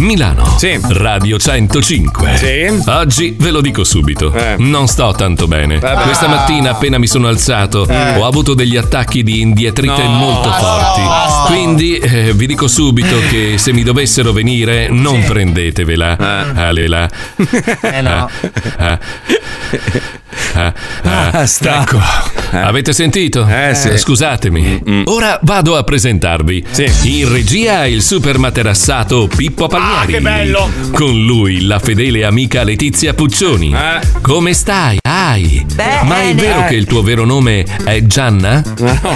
Milano. Sì. Radio 105. Sì. Oggi ve lo dico subito. Eh. Non sto tanto bene. Vabbè. Eh. Questa mattina appena mi sono alzato ho avuto degli attacchi di indietrite No. molto forti. Quindi eh, vi dico subito che se mi dovessero venire non prendetevela. Ah, le là. Eh no. Ah. Ah. Ah. Basta. Ecco, avete sentito? Eh, sì. Mm, Scusatemi. Ora vado a presentarvi. Sì. In regia il super materassato Pippo Palmieri. Ah, che bello! Con lui la fedele amica Letizia Puccioni. Eh. Come stai? Ai. Bene. Ma è vero che il tuo vero nome è Gianna?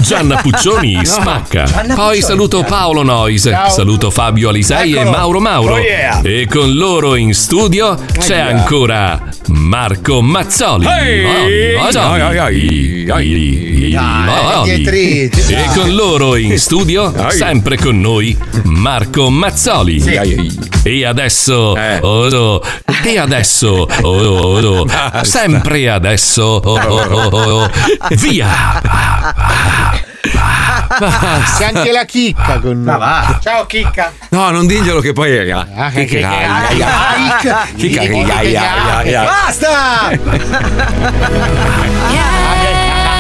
Gianna Puccioni spacca. Gianna Poi Puccioni. saluto Paolo Nois, saluto Fabio Alisei e Eccolo. Mauro Mauro. Oh, yeah. E con loro in studio c'è yeah. ancora Marco Mazzoli. Ehi! Mazzoli. Ai, ai, ai, ai. Mazzoli. dietrici, E con loro in studio, sempre con noi, Marco Mazzoli. E adesso, Eh. oh, oh, e adesso, oh, oh, oh, sempre adesso, oh, oh, oh, oh, oh, via! C'è anche la chicca con noi. va. Ciao chicca. No, non diglielo che poi Ah, era. Che che- ai, ai, ai. Che che- ai, ai, ai, ai, ai. Basta!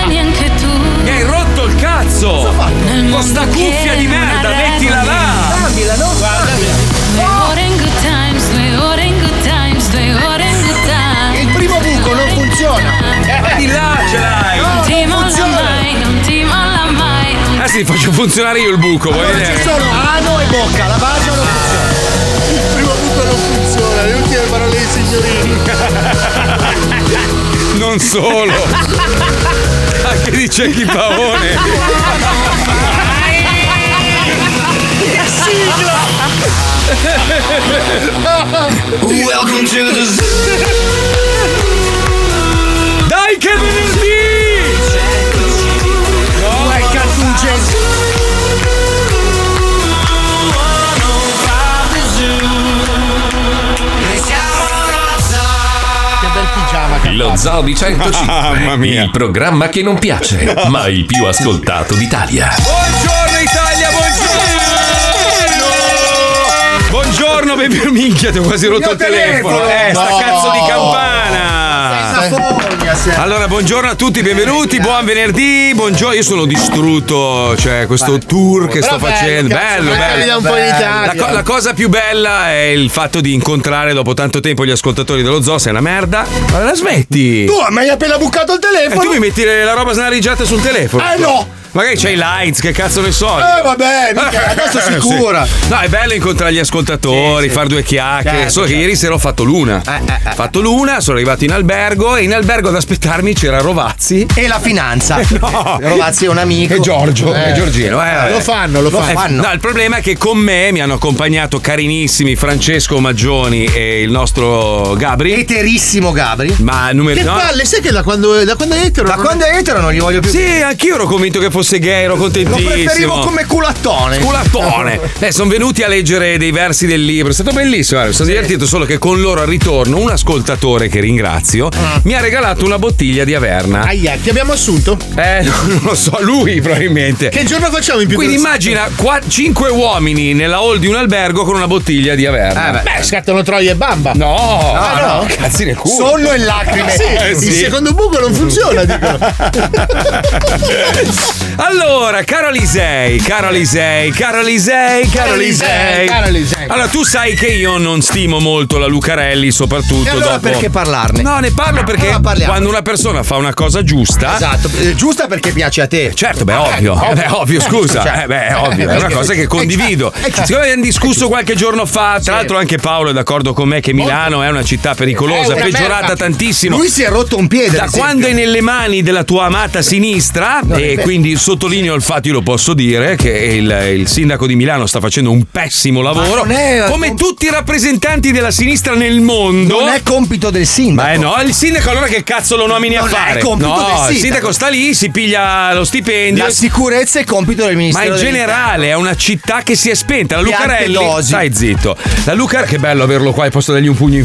Vieni anche tu Mi hai rotto il cazzo! nel Con sta mondo che cuffia di non ha merda, regole. mettila là! Ah, Due ore in good times, due ore in good times, due ore in good times. Il primo buco non funziona. Di là ce l'hai! Non ti molla mai, non ti molla mai. non Ah sì, faccio funzionare io il buco, vuoi Ci vedere? Eh, sono ano e bocca, la base non funziona. Il primo buco non funziona, le ultime parole dei signorini. Non solo! Ah, Anche di Cecchi Pavone! Dai che è venerdì! Oh, Vai cazzo un gesto. Che bel pigiama che Lo Zoo di 105, Mamma mia. il programma che non piace, ma il più ascoltato d'Italia. Buongiorno Italia, buongiorno! Buongiorno, baby minchia, ti ho quasi rotto il telefono! telefono! Eh, sta No. cazzo di campana! Una fogna se- Allora, buongiorno a tutti, benvenuti, buon venerdì, buongiorno. Io sono distrutto, cioè, questo tour che sto Però bello, facendo. cazzo, Bello, mancami bello. da un po' in La, Italia. co- la cosa più bella è il fatto di incontrare dopo tanto tempo gli ascoltatori dello zoo, sei una merda. Ma la smetti! Tu mi hai appena bucato il E tu telefono? mi metti le- la roba snariggiata sul telefono. Eh no! Magari c'hai i lights, che cazzo ne so. Eh vabbè, mica, adesso Eh, sicura. sì. No, è bello incontrare gli ascoltatori, far due chiacchiere. Certo, Solo che ieri sera ho fatto l'una. Eh, Ho fatto l'una, sono arrivato in albergo e in albergo ad aspettarmi c'era Rovazzi. E la finanza. Eh, No. Rovazzi è un amico. E Giorgio, Eh. e Giorgino, eh, vabbè. Lo fanno, lo Eh, fanno. No, il problema è che con me mi hanno accompagnato carinissimi Francesco Maggioni e il nostro Gabri. Eterissimo Gabri. Ma numeri Che no? palle, sai che da quando, da quando è etero? Ma non- quando è etero non gli voglio più. Sì, anch'io ero convinto che fosse gay, ero Lo contentissimo. preferivo come culattone. Culattone! Eh, sono venuti a leggere dei versi del libro, è stato bellissimo, guarda, mi sono divertito solo che con loro al ritorno un ascoltatore che ringrazio mi ha regalato una bottiglia di Averna. Aia, ti abbiamo assunto? Eh, non lo so, lui probabilmente. Che giorno facciamo in più? Eh, Quindi immagina 5 uomini nella hall di un albergo con una bottiglia di Averna. Eh, Beh, scattano troia e bamba. Ah, No, no, no? cazzi nel culo. Sonno e lacrime. Eh, sì. Il secondo buco non funziona, dicono. Allora, caro Alisei, caro Alisei, caro Alisei, caro Alisei. Caro Alisei. Allora, tu sai che io non stimo molto la Lucarelli, soprattutto E allora dopo. perché parlarne? No, ne parlo perché Allora parliamo. quando una persona fa una cosa giusta. Esatto, eh, giusta perché piace a te. Certo, beh, ovvio. Eh, beh, ovvio, cioè. scusa. Eh, beh, è ovvio, è una cosa eh, che condivido. Siccome abbiamo discusso qualche giorno fa, tra l'altro anche Paolo è d'accordo con me che Milano è una città pericolosa, È Eh, una peggiorata merda. tantissimo. Eh, Lui si è rotto un piede. Da ad esempio. quando è nelle mani della tua amata sinistra, e quindi sottolineo il fatto, io lo posso dire, che il, il sindaco di Milano sta facendo un pessimo lavoro, non è- come tutti i rappresentanti della sinistra nel mondo. Non è compito del sindaco. Ma eh no, il sindaco allora che cazzo lo lo nomini a Non è fare. compito no, del sindaco. il sindaco sta lì, si piglia lo stipendio. La sicurezza è compito del Ma ministero. in dell'Interno. generale è una città che si è spenta. La Piante Lucarelli. dosi. Stai zitto. La Lucarelli. Che bello averlo qua e posso dargli un pugno in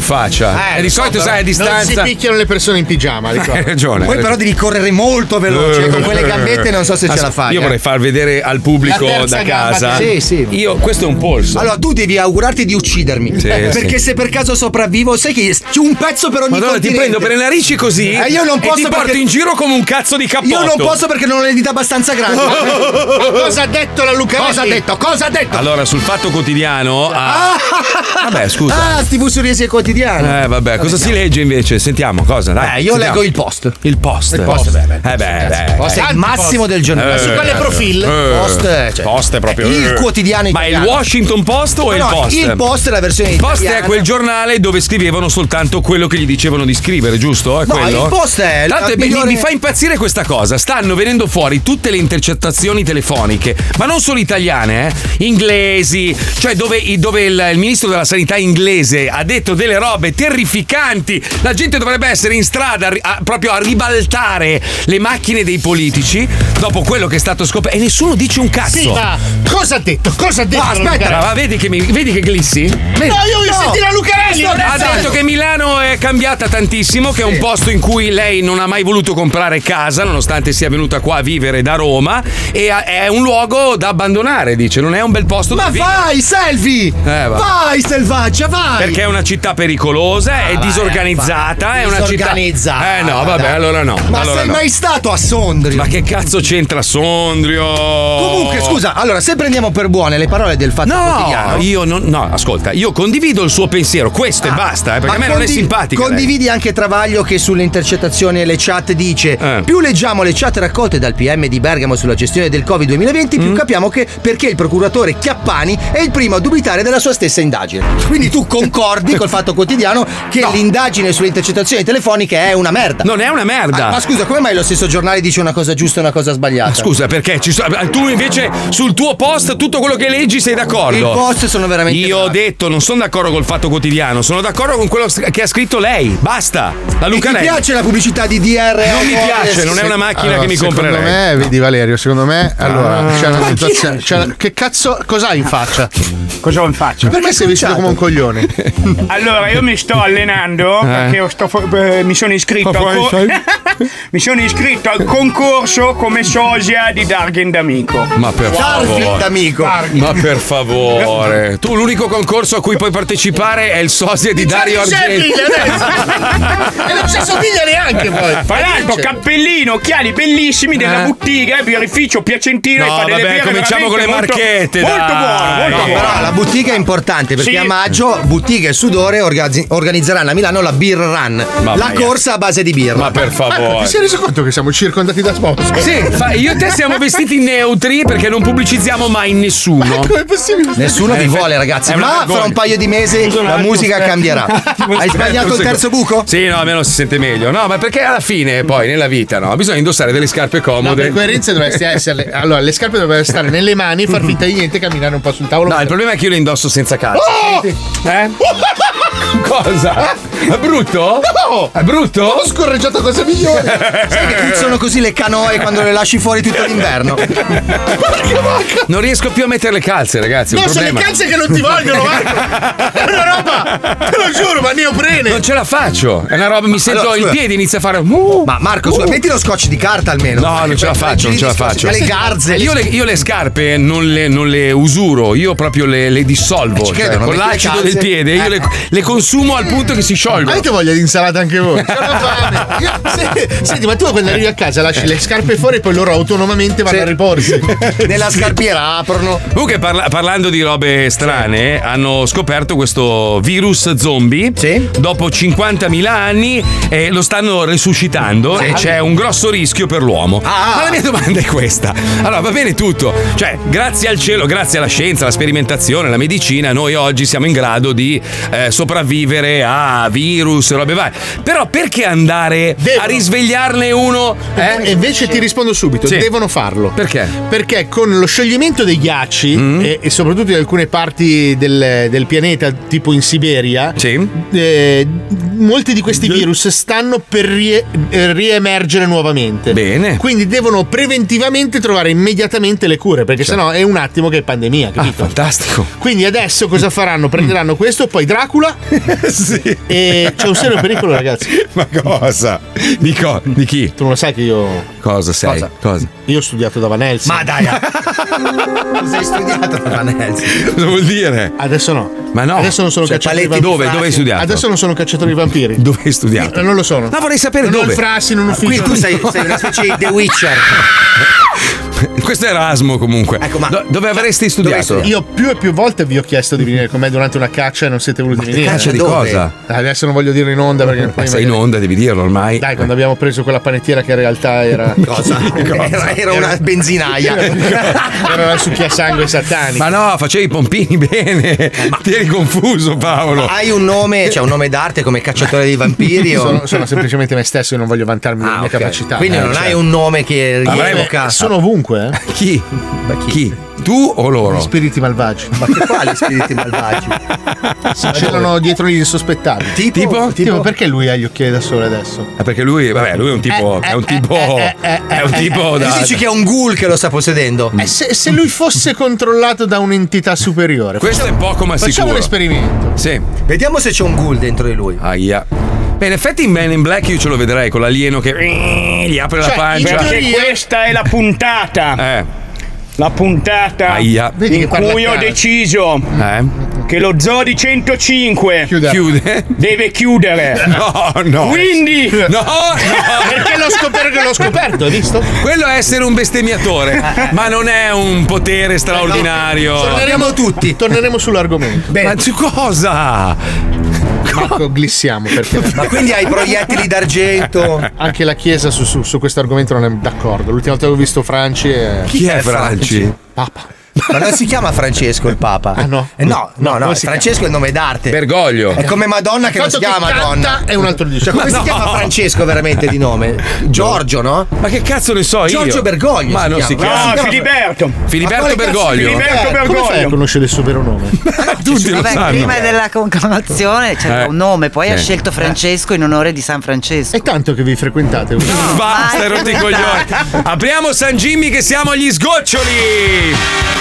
Eh, faccia. e di lo so, solito, però sai, a Non si distanza. picchiano le persone in pigiama, Hai ricordo. ragione. Poi però devi correre molto veloce. Con quelle gambette non so se ce Aspetta, la fai. Io eh. vorrei far vedere al pubblico La terza da gamba, casa. sì, sì. Io, questo è un polso. Allora, tu devi augurarti di uccidermi. Sì, perché sì. se per caso sopravvivo, sai che c'è un pezzo per ogni Madonna, ti continente. prendo per le narici così. Eh, io non e posso ti porto perché- in giro come un cazzo di cappotto. Io non posso perché non ho le dita abbastanza grandi. Cosa ha detto la Lucarelli? Cosa ha detto? Cosa ha detto? Allora, sul fatto quotidiano. ah, Vabbè, scusa. Ah, TV Sorrisi e Quotidiano. Eh, vabbè, cosa si legge invece? Sentiamo cosa. Dai, Eh, io sentiamo. leggo il post. il post. Il post, beh, eh, beh, beh. Post è tanti il massimo del giornale. Eh, Su quale profil? eh. Post, eh, cioè, Post è proprio- il quotidiano Ma è il italiano. Washington Post o è il No, post? il post è la versione italiana. Post è quel giornale dove scrivevano soltanto quello che gli dicevano di scrivere, giusto? È No, quello? il Post è la Tanto è- mi- migliore- mi, fa impazzire questa cosa. Stanno venendo fuori tutte le intercettazioni telefoniche, ma non solo italiane, eh? inglesi, cioè dove, i- dove il, il ministro della sanità inglese ha detto delle robe terrificanti. La gente dovrebbe essere in strada a ri- a- proprio a ribaltare le macchine dei politici dopo quello che è stato scoperto e nessuno dice un cazzo. Sì, ma cosa ha detto? Cosa ha detto? la Ah, Aspetta, Lucarelli? ma vedi che, mi, vedi che glissi? Vedi? No, io voglio No. sentire la Lucarelli. Questo adesso. Ha detto che Milano è cambiata tantissimo, che è un posto in cui lei non ha mai voluto comprare casa, nonostante sia venuta qua a vivere da Roma, e ha- è un luogo da abbandonare, dice, non è un bel posto da Ma vivere. vai, selfie! va. vai, selvaggia, vai! Ah, Perché è una città pericolosa, è disorganizzata, è una città. Disorganizzata, Eh no, vabbè, dai. allora no. Ma allora sei no. mai stato a Sondrio? Ma che cazzo c'entra Sondrio? Comunque, scusa, allora, se prendiamo per buone le parole del fatto No, quotidiano. Ah, io non. No, ascolta, io condivido il suo pensiero, questo e basta, eh, perché a me non è condi- simpatico. Condividi anche Travaglio che sulle intercettazioni e le chat dice: Eh. Più leggiamo le chat raccolte dal PM di Bergamo sulla gestione del Covid 2020, Mm. più capiamo che perché il procuratore Chiappani è il primo a dubitare della sua stessa indagine. Quindi tu concordi col fatto quotidiano che l'indagine sulle intercettazioni telefoniche è una merda. Non è una merda. Ah, ma scusa, come mai lo stesso giornale dice una cosa giusta e una cosa sbagliata? Ah, Scusa, perché ci so- ah, tu invece sul tuo post tutto quello che leggi sei d'accordo? Il post sono veramente Io ho bravi. detto, non sono d'accordo col fatto quotidiano, sono d'accordo con quello che ha scritto lei. Basta. La Mi Lucarelli. piace la pubblicità di DR. Non mi piace, non è una macchina Allora, che mi secondo comprerei. me, vedi Valerio, secondo me, allora c'è una situazione. c'è una- che cazzo, cos'hai in faccia? Cosa ho in faccia? Perché sei vestito come un coglione? Allora, io mi sto Eh. allenando perché ho sto fo- eh, mi sono iscritto al co- mi sono iscritto al concorso come sosia di Dargen D'Amico. Ma per Darwin, favore. amico. Ma per favore. Tu l'unico concorso a cui puoi partecipare è il sosia di Dario Argento. e non si assomiglia neanche poi. Fra l'altro, cappellino, occhiali bellissimi della Eh? bottiglia, eh, birrificio Piacentino No, e fa delle vabbè, birre cominciamo con le veramente molto- marchette, Molto, dai. buono, No, molto buono. Eh, Però la bottega è importante perché Sì. a maggio Bottega e Sudore organizzi- organizzeranno a Milano la Beer Run, Mamma la mia. corsa a base di birra. Ma per Ti favore. sei reso conto che siamo circondati da sponsor? Sì, fa- io e te siamo vestiti neutri perché non pubblicizziamo mai nessuno. Come è possibile? Nessuno vi vuole, ragazzi. è una Ma vergogna. fra un paio di mesi la musica cambierà. Hai sbagliato il terzo buco? Sì, no, almeno si sente meglio. No, ma perché alla fine, poi, nella vita, no? Bisogna indossare delle scarpe No, comode. per coerenza dovresti essere. Allora, le scarpe dovrebbero stare nelle mani, far finta di niente, camminare un po' sul tavolo. Oh, No, il problema è che io le indosso senza calze. Eh? esatto. Cosa? È brutto? No! È brutto? Eh. Ho scorreggiato cosa migliore! Sai che puzzano così le canoe quando le lasci fuori tutto l'inverno. Porca vacca! Non riesco più a mettere le calze, ragazzi. è No, un sono le problema. calze che non ti vogliono, eh. Marco! È una roba! Te lo giuro, ma neoprene! Non ce la faccio. È una roba, mi sento allora, il scusa. piede inizia a fare. Uh, Ma Marco, scusa, uh. metti lo scotch di carta almeno. No, non ce la faccio, non ce la faccio. Le garze. Io le, io le scarpe non le, non le usuro, io proprio le, le dissolvo. Eh, ci credo, cioè, non con metti le l'acido calze. Eh. del piede, io le, le consumo al punto che si sciolgono. Avete voglia di insalata anche voi? Sono fame. Io- se- Senti, ma tu quando arrivi a casa lasci le scarpe fuori e poi loro autonomamente vanno a riporsi. Nella scarpiera aprono. Comunque, parla- parlando di robe strane, hanno scoperto questo virus zombie. Sì. Dopo 50.000 anni e lo stanno resuscitando e c'è un grosso rischio per l'uomo. Ah. Ma la mia domanda è questa. Allora, va bene tutto. Cioè, grazie al cielo, grazie alla scienza, alla sperimentazione, alla medicina, noi oggi siamo in grado di eh, sopravvivere a virus e robe varie. Però perché andare Devono. a risvegliarne uno? Eh? E invece ti rispondo subito, Sì. devono farlo. Perché? Perché con lo scioglimento dei Mm. ghiacci e, e soprattutto di alcune parti del, del pianeta, tipo in Siberia, Sì. eh, molti di questi virus stanno per rie- eh, riemergere nuovamente. Bene. Quindi devono preventivamente trovare immediatamente le cure, perché Certo. sennò è un attimo che è pandemia, Ah, capito? fantastico. Quindi adesso cosa faranno? Prenderanno questo, poi Dracula. E c'è un serio pericolo, ragazzi. Ma cosa? Di, co- di chi? Tu non lo sai che io. Cosa sei? Cosa? Cosa? Io ho studiato da Van Helsing. Ma dai! Sei studiato da Van Helsing. Cosa vuol dire? Adesso no. Ma no. Adesso non sono Cioè, cacciatore di paletti vampiri. Dove? Dove hai studiato? Adesso non sono cacciatore di vampiri. Dove hai studiato? Eh, Non lo sono. Ma vorrei sapere non ho dove. il frassi, non un Qui ufficio. tu sei, sei una specie di The Witcher. Questo è Erasmo comunque. Ecco, ma- Do- dove avresti hai studiato? studiato? Io più e più volte vi ho chiesto di venire con me durante una caccia e non siete voluti venire. Caccia di dove? cosa? Adesso non voglio dirlo in onda perché Ma poi sei in magari- onda, devi dirlo ormai. Dai, quando abbiamo preso quella panettiera che in realtà era. Cosa? Era, Esatto. era una benzinaia. era una succhiasangue satanica. Ma no, facevi i pompini bene. Ti eri confuso, Paolo. Eh, Hai un Eh, nome, cioè un nome d'arte come cacciatore di vampiri? o- Sono, sono semplicemente me stesso e non voglio vantarmi delle Ah, mie ok. capacità. Quindi Eh, non cioè, hai un nome che Avrei- rievoca. Sono ovunque, eh. Chi? Chi? Tu o loro? Spiriti malvagi. Ma che quali spiriti malvagi? Si c'erano dietro gli insospettabili. Tipo? Mm. Tipo? Tipo, perché lui ha gli occhiali da sole adesso? Ah, perché lui, vabbè, lui è un tipo. Eh, è un eh, tipo. eh, eh, è un eh, tipo eh, da. Tu dici che è un ghoul che lo sta possedendo? Eh, se, se lui fosse controllato da un'entità superiore. Questo è poco ma Facciamo sicuro. un esperimento. Sì. Vediamo se c'è un ghoul dentro di lui. Aia. Beh, in effetti in Man in Black io ce lo vedrei con l'alieno che Eh, gli apre la Cioè, in pancia. teoria- Perché questa è la puntata. Eh. La puntata Aia. Vedi che in parla cui ho chiaro. deciso Eh. che lo zoo di 105 Chiude. Chiude. deve chiudere. No, no. Quindi, No, no. Perché l'ho scoperto, l'ho scoperto, hai visto? Quello è essere un bestemmiatore, ma non è un potere straordinario. Torneremo tutti. Torneremo sull'argomento. Ma su cosa? Marco, glissiamo perché Ma quindi hai proiettili d'argento? anche la Chiesa su, su- su questo argomento non è d'accordo. L'ultima volta che ho visto Franci è Chi è Franci? Papa. Ma non si chiama Francesco il Papa? Ah, no? Eh, no, no, no, come si Francesco è il nome d'arte. Bergoglio. È come Madonna che non si Tanto chiama che canta Madonna. è un altro disco. Cioè, come si chiama Francesco veramente di nome? Giorgio, no? Ma che cazzo ne so io? Giorgio Bergoglio Ma si non si chiama. chiama. no, Filiberto. Filiberto Ma quale cazzo Bergoglio. Filiberto Eh, come fai a Bergoglio. conoscere il suo vero nome? Tutti lo Vabbè, sanno. prima della conclamazione c'era Eh. un nome, poi ha Sì. scelto Francesco in onore di San Francesco. È tanto che vi frequentate. Basta, Vai. rotti i coglioni. Apriamo San Jimmy che siamo agli sgoccioli.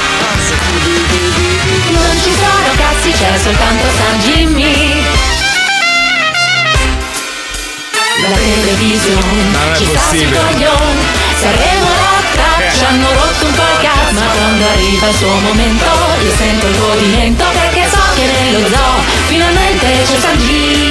Non ci sono cazzi, c'è soltanto San Jimmy. La televisione Non è ci sta sui possibile. coglioni. Sanremo rotta, Eh. ci hanno rotto un po' il cazzo. Ma quando arriva il suo momento, io sento il movimento perché so che nello zoo finalmente c'è San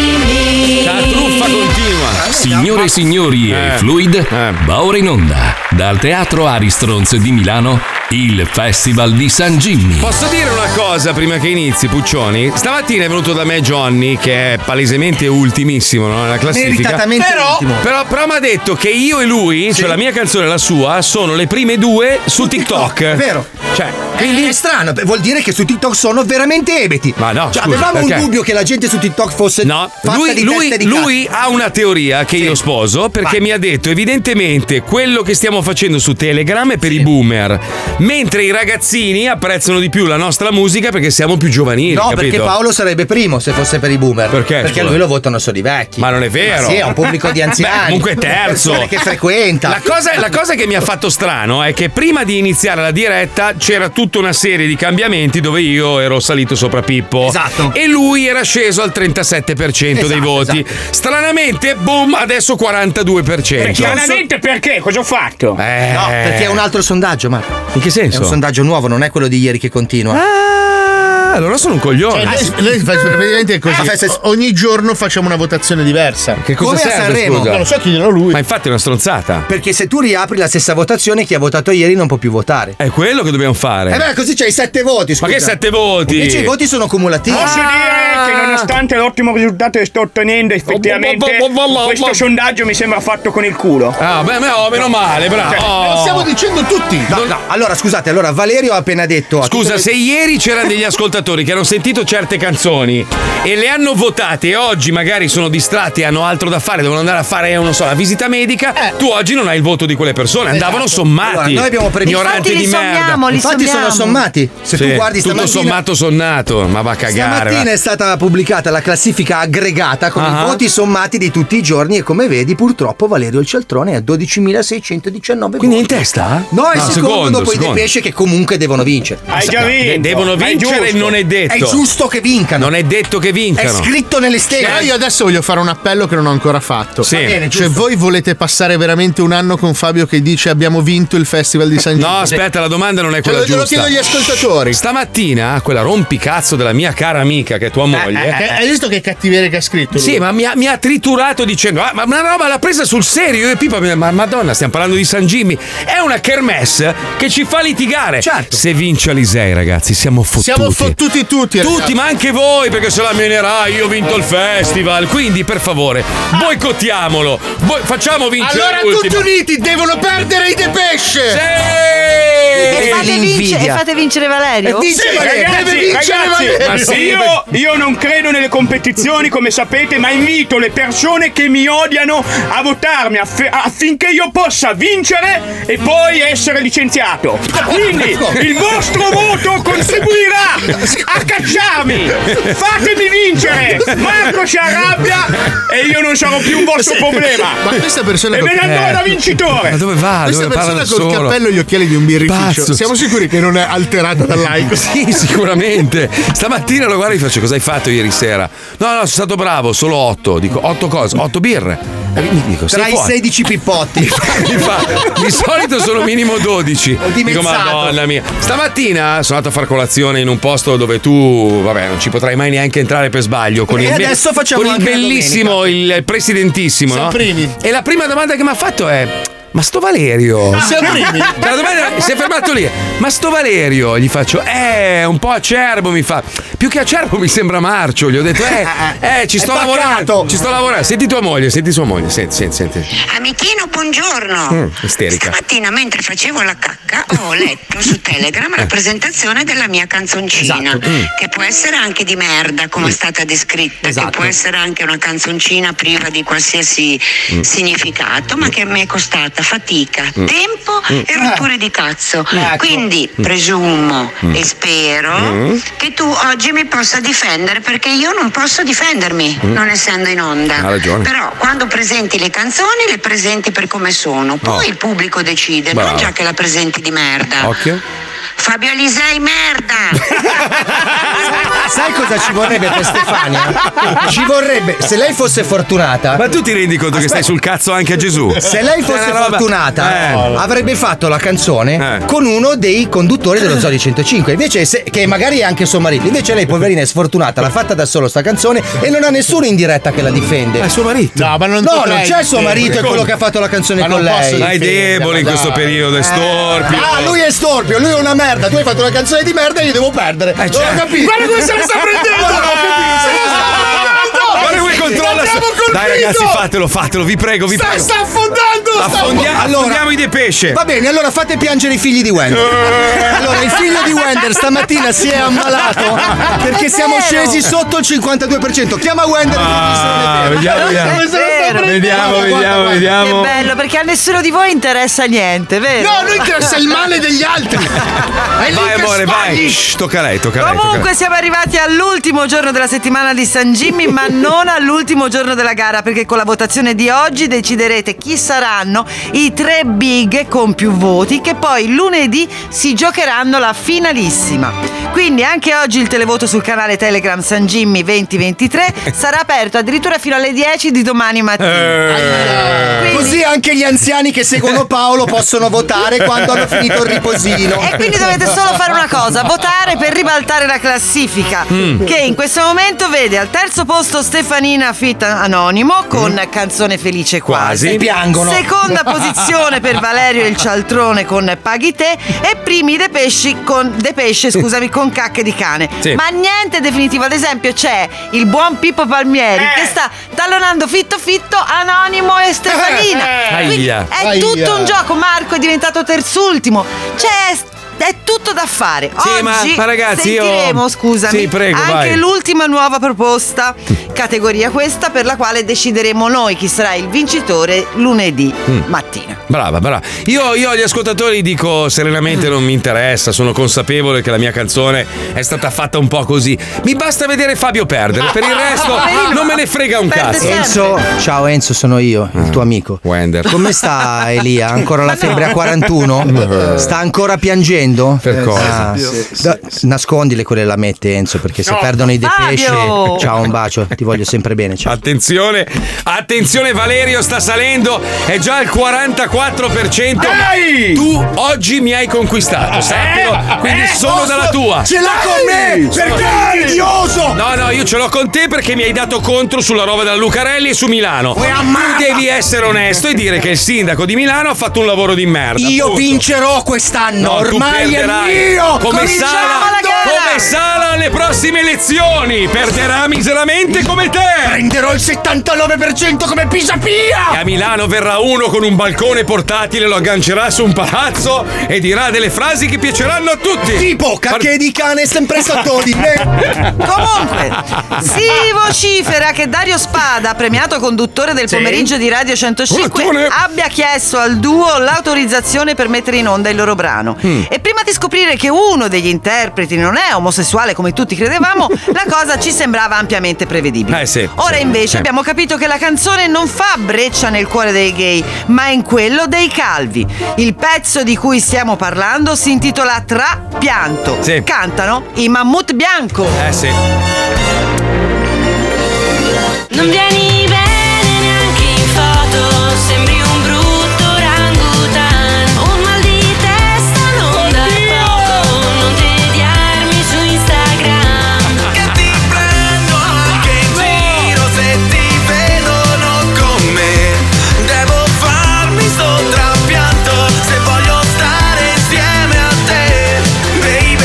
Jimmy. La truffa continua. Signore e signori e Eh. Fluid, Eh. va ora in onda dal Teatro Aristrons di Milano il Festival di San Jimmy. Posso dire una cosa prima che inizi, Puccioni? Stamattina è venuto da me Johnny, che è palesemente ultimissimo no, nella classifica. Meritatamente Però, ultimo. però, però mi ha detto che io e lui, cioè la mia canzone e la sua, sono le prime due su TikTok. è vero. Cioè, Quindi è strano, beh, vuol dire che su TikTok sono veramente ebeti. Ma no, Cioè, scusa, avevamo perché? un dubbio che la gente su TikTok fosse No, fatta lui, di lui- teste di lui ha una teoria che io sposo perché Vai. mi ha detto evidentemente quello che stiamo facendo su Telegram è per i boomer, mentre i ragazzini apprezzano di più la nostra musica perché siamo più giovanili. cazzo. No, capito? perché Paolo sarebbe primo se fosse per i boomer. Perché, Perché scusa? lui lo votano solo i vecchi. Ma non è vero. Ma sì, è un pubblico di anziani. Beh, comunque è terzo. Persone che frequenta. La cosa, la cosa che mi ha fatto strano è che prima di iniziare la diretta c'era tutta una serie di cambiamenti dove io ero salito sopra Pippo Esatto. e lui era sceso al 37% dei Esatto, voti. Stranamente, boom, adesso 42%. Esatto. Chiaramente perché? Cosa ho fatto? Eh, No, perché è un altro sondaggio, Marco. In che È senso? un sondaggio nuovo, non è quello di ieri che continua. Ah, allora sono un coglione. Cioè, noi, noi facciamo praticamente così. Ah, fai- fai- O- ogni giorno facciamo una votazione diversa. che cosa come a serve, Sanremo. scusa? Non lo so, chiedilo a lui. Ma infatti è una stronzata. Perché se tu riapri la stessa votazione, chi ha votato ieri non può più votare. È quello che dobbiamo fare. Eh beh, così c'hai sette voti, scusa. Ma che sette voti? Ah. Invece i voti sono cumulativi. Posso dire che nonostante l'ottimo risultato che sto ottenendo, effettivamente Oh, oh, oh, oh, oh, oh, oh. questo sondaggio mi sembra fatto con il culo. Cioè, Ah, beh, beh, oh, meno male, bravo. Lo stiamo dicendo tutti. No, no, allora scusate, allora Valerio ha appena detto. a Scusa, tutte se ieri c'erano degli ascoltatori che hanno sentito certe canzoni e le hanno votate e oggi magari sono distratti e hanno altro da fare, devono andare a fare, non so, la visita medica, tu oggi non hai il voto di quelle persone, andavano sommati. Allora, noi abbiamo previsto- ignoranti Infatti di li merda. sommiamo, li Infatti sommiamo. sono sommati. Se Sì, tu guardi tutto stamattina sommato sonnato, ma va a cagare. Stamattina va. è stata stata pubblicata la classifica aggregata con Ah. i voti sommati di tutti i giorni e come vedi purtroppo Valerio il Cialtrone è a 12.619 Quindi è in testa? No, è No, secondo, secondo, poi secondo. De Pesce che comunque devono vincere. Hai già vinto, Devono è vincere giusto. non è detto. È giusto che vincano. Non è detto che vincano. È scritto nelle stelle. Però io adesso voglio fare un appello che non ho ancora fatto. Sì. Va bene, cioè, giusto. voi volete passare veramente un anno con Fabio che dice abbiamo vinto il Festival di San Eh, Gino? No, aspetta, la domanda non è quella Te lo- te lo giusta. chiedo agli ascoltatori. Stamattina, quella rompicazzo della mia cara amica, che è tua Eh, Che- moglie. Hai visto che cattiveria che ha scritto? eh. Sì, ma mi ha, mi ha triturato dicendo: ah, Ma una roba l'ha presa sul serio. Io e Pippa, ma madonna, stiamo parlando di San Jimmy. È una kermesse che ci fa litigare. Se vince Alisei, ragazzi, siamo fottuti. Certo. Siamo fottuti tutti. Tutti, ma anche voi, perché se la menerai, io ho vinto il festival. Quindi, per favore, boicottiamolo. Boi- facciamo vincere Allora, l'ultimo. tutti uniti devono perdere i De Pesce. E fate, vince- e fate vincere Eh, Valerio? Sì, ragazzi, ragazzi, ma sì, io, io non credo nelle competizioni, come sapete, ma invito le persone che mi odiano a votarmi aff- affinché io possa vincere e poi essere licenziato. Quindi Ecco. il vostro voto contribuirà a cacciarmi. Fatemi vincere. Marco si arrabbia e io non sarò più un vostro Sì. problema. Ma questa persona E me ne col- andrò da Eh. vincitore. Ma dove va? Questa Dove persona parla da col solo? cappello e gli occhiali di un birrificio. Pazzo. Siamo sicuri che non è alterata dal like? Sì, sicuramente. Stamattina lo guardo e gli faccio: Cosa hai fatto ieri sera? No, no, sono stato bravo, solo otto. Dico: Otto cose? Otto birre. E mi dico: Tra sei i fuori. 16 pippotti. Mi fa- di solito sono minimo 12. Dico, dimezzato. madonna mia. Stamattina sono andato a far colazione in un posto dove tu, vabbè, non ci potrai mai neanche entrare per sbaglio. Con E il be- Eh, adesso facciamo con il anche la bellissimo, il presidentissimo. no? E la prima domanda che mi ha fatto è: Ma sto Valerio? Siamo primi. Cioè, la domanda era- si è fermato lì. Ma sto Valerio? Gli faccio, eh, un po' acerbo mi fa. Più che acerbo mi sembra marcio. Gli ho detto, eh, eh ci È sto paccato. lavorando. Ci sto lavorando. Senti tua moglie, senti sua moglie. Senti, senti, senti. Amichino, buongiorno. Mm, isterica. Stamattina mentre facevo la cacca ho letto su Telegram la presentazione della mia canzoncina, Eh. Esatto. Mm. che può essere anche di merda come è stata descritta, Esatto. che può essere anche una canzoncina priva di qualsiasi Mm. significato, ma che mi è costata fatica, Mm. tempo Mm. e rotture di cazzo. Ecco. Quindi Mm. presumo Mm. e spero Mm. che tu oggi mi possa difendere perché io non posso difendermi Mm. non essendo in onda. Ha ragione. Però quando presenti le canzoni le presenti per come sono, poi No. il pubblico decide, Brava. non già che la presenti di merda. Occhio. Fabio Alisei merda! Sai cosa ci vorrebbe per Stefania? Ci vorrebbe, se lei fosse fortunata. Ma tu ti rendi conto che stai Aspetta. sul cazzo anche a Gesù? Se lei fosse È una roba- fortunata, Eh. avrebbe fatto la canzone con uno dei conduttori dello Zoli 105, invece se- che magari è anche suo marito. Invece lei, poverina, è sfortunata, l'ha fatta da solo sta canzone e non ha nessuno in diretta che la difende. È suo marito. No, ma non No, potrei non c'è suo difendere. marito, è quello che ha fatto la canzone Ma con non lei. posso Dai, debole in questo periodo, è Eh. storpio. Ah, lui è storpio, lui è una merda. Tu hai fatto una canzone di merda e io devo perdere. Eh, non Cioè, certo. ho capito. Guarda come se la sta prendendo! Non ho capito. Se la sta prendendo! Guarda come controlla. Andiamo col Dai, dito! ragazzi, fatelo, fatelo, vi prego, vi Sta- prego. sta affondando, sta Affondia- affondando. affondiamo i De Pesce. Va bene, allora fate piangere i figli di Wender. Eh. Allora, il figlio di Wender stamattina si è ammalato Ah. perché siamo Vero. scesi sotto il 52%. Chiama Wender. Ah, vediamo, vediamo. È vero. Vediamo, vediamo, vediamo. Che bello, perché a nessuno di voi interessa niente, vero? No, a noi interessa il male degli altri. È lì Vai, che amore, vai. sbagli. Shh, tocca a lei, tocca a lei. tocca a lei. Comunque siamo arrivati all'ultimo giorno della settimana di San Jimmy, ma non all'ultimo giorno della gara, perché con la votazione di oggi deciderete chi saranno i tre big con più voti che poi lunedì si giocheranno la finalissima. Quindi anche oggi il televoto sul canale Telegram San Jimmy 2023 sarà aperto addirittura fino alle 10 di domani Eh. Eh, mattina. Quindi- Eh. Così anche gli anziani che seguono Paolo possono votare quando hanno finito il riposino. E quindi dovete solo fare una cosa: votare per ribaltare la classifica. Mm. Che in questo momento vede al terzo posto Stefanina Fit Anonimo con Canzone Felice Quasi. Mm. Quasi. Piangono. Seconda posizione per Valerio il Cialtrone con Paghi Te. E primi De Pesci con De Pesce, scusami, con Cacche di cane. Sì. Ma niente definitivo. Ad esempio, c'è il buon Pippo Palmieri che sta tallonando fitto fitto Anonimo e Stefanina. Eh. Quindi Aia. È tutto Aia. un gioco. Marco è diventato terzultimo. C'è è tutto da fare. Sì, ma- Oggi ma ragazzi, io- sentiremo, scusami, Sì, prego, anche vai. Mm. l'ultima nuova proposta, categoria questa per la quale decideremo noi chi sarà il vincitore lunedì Mm. mattina. Brava, brava. Io, io agli ascoltatori dico serenamente non mi interessa, sono consapevole che la mia canzone è stata fatta un po' così. Mi basta vedere Fabio perdere, per il Ah, resto non me ne frega un cazzo. Enzo, ciao Enzo, sono io, il tuo amico. Ah. Wender. Come sta Elia? Ancora la Ma no. febbre a 41? Sta ancora piangendo? Eh, Per Eh. cosa? nascondile quelle lamette, Enzo, perché se No. perdono i De Pesce. Fabio! Ciao, un bacio, ti voglio sempre bene. Ciao. Attenzione, attenzione Valerio sta salendo, è già al 44%. Tu oggi mi hai conquistato, sappilo, quindi eh, sono posso- dalla tua. ce l'ha con me, Sono- perché è invidioso. No, no, io ce l'ho con te perché mi hai dato contro sulla roba della Lucarelli e su Milano. Tu Uè, ammazza. devi essere onesto e dire che il sindaco di Milano ha fatto un lavoro di merda. Io punto. vincerò quest'anno, No, ormai tu è perderai. mio! Come Cominciamo sala, la gara! come sala alle prossime elezioni! Perderà miseramente come te! Prenderò il 79% come Pisapia! E a Milano verrà uno con un balcone portatile, lo aggancerà su un palazzo e dirà delle frasi che piaceranno a tutti! Tipo, cacche di cane sempre sotto di me! Comunque, Si vocifera che Dario Spada, premiato conduttore del Sì. pomeriggio di Radio 105, Buongiorno. abbia chiesto al duo l'autorizzazione per mettere in onda il loro brano. Mm. E prima di scoprire che uno degli interpreti non è omosessuale come tutti credevamo, la cosa ci sembrava ampiamente prevedibile. Eh sì. Ora sì, invece sì. abbiamo capito che la canzone non fa breccia nel cuore dei gay, ma in quello dei calvi. Il pezzo di cui stiamo parlando si intitola Tra pianto. Cantano i Mammut Bianco. Eh sì. Non vieni bene neanche in foto, sembri un brutto orangutan. Un mal di testa non da poco, non tediarmi su Instagram. Che ti prendo anche in giro se ti vedono con me. Devo farmi soprappianto se voglio stare insieme a te, baby.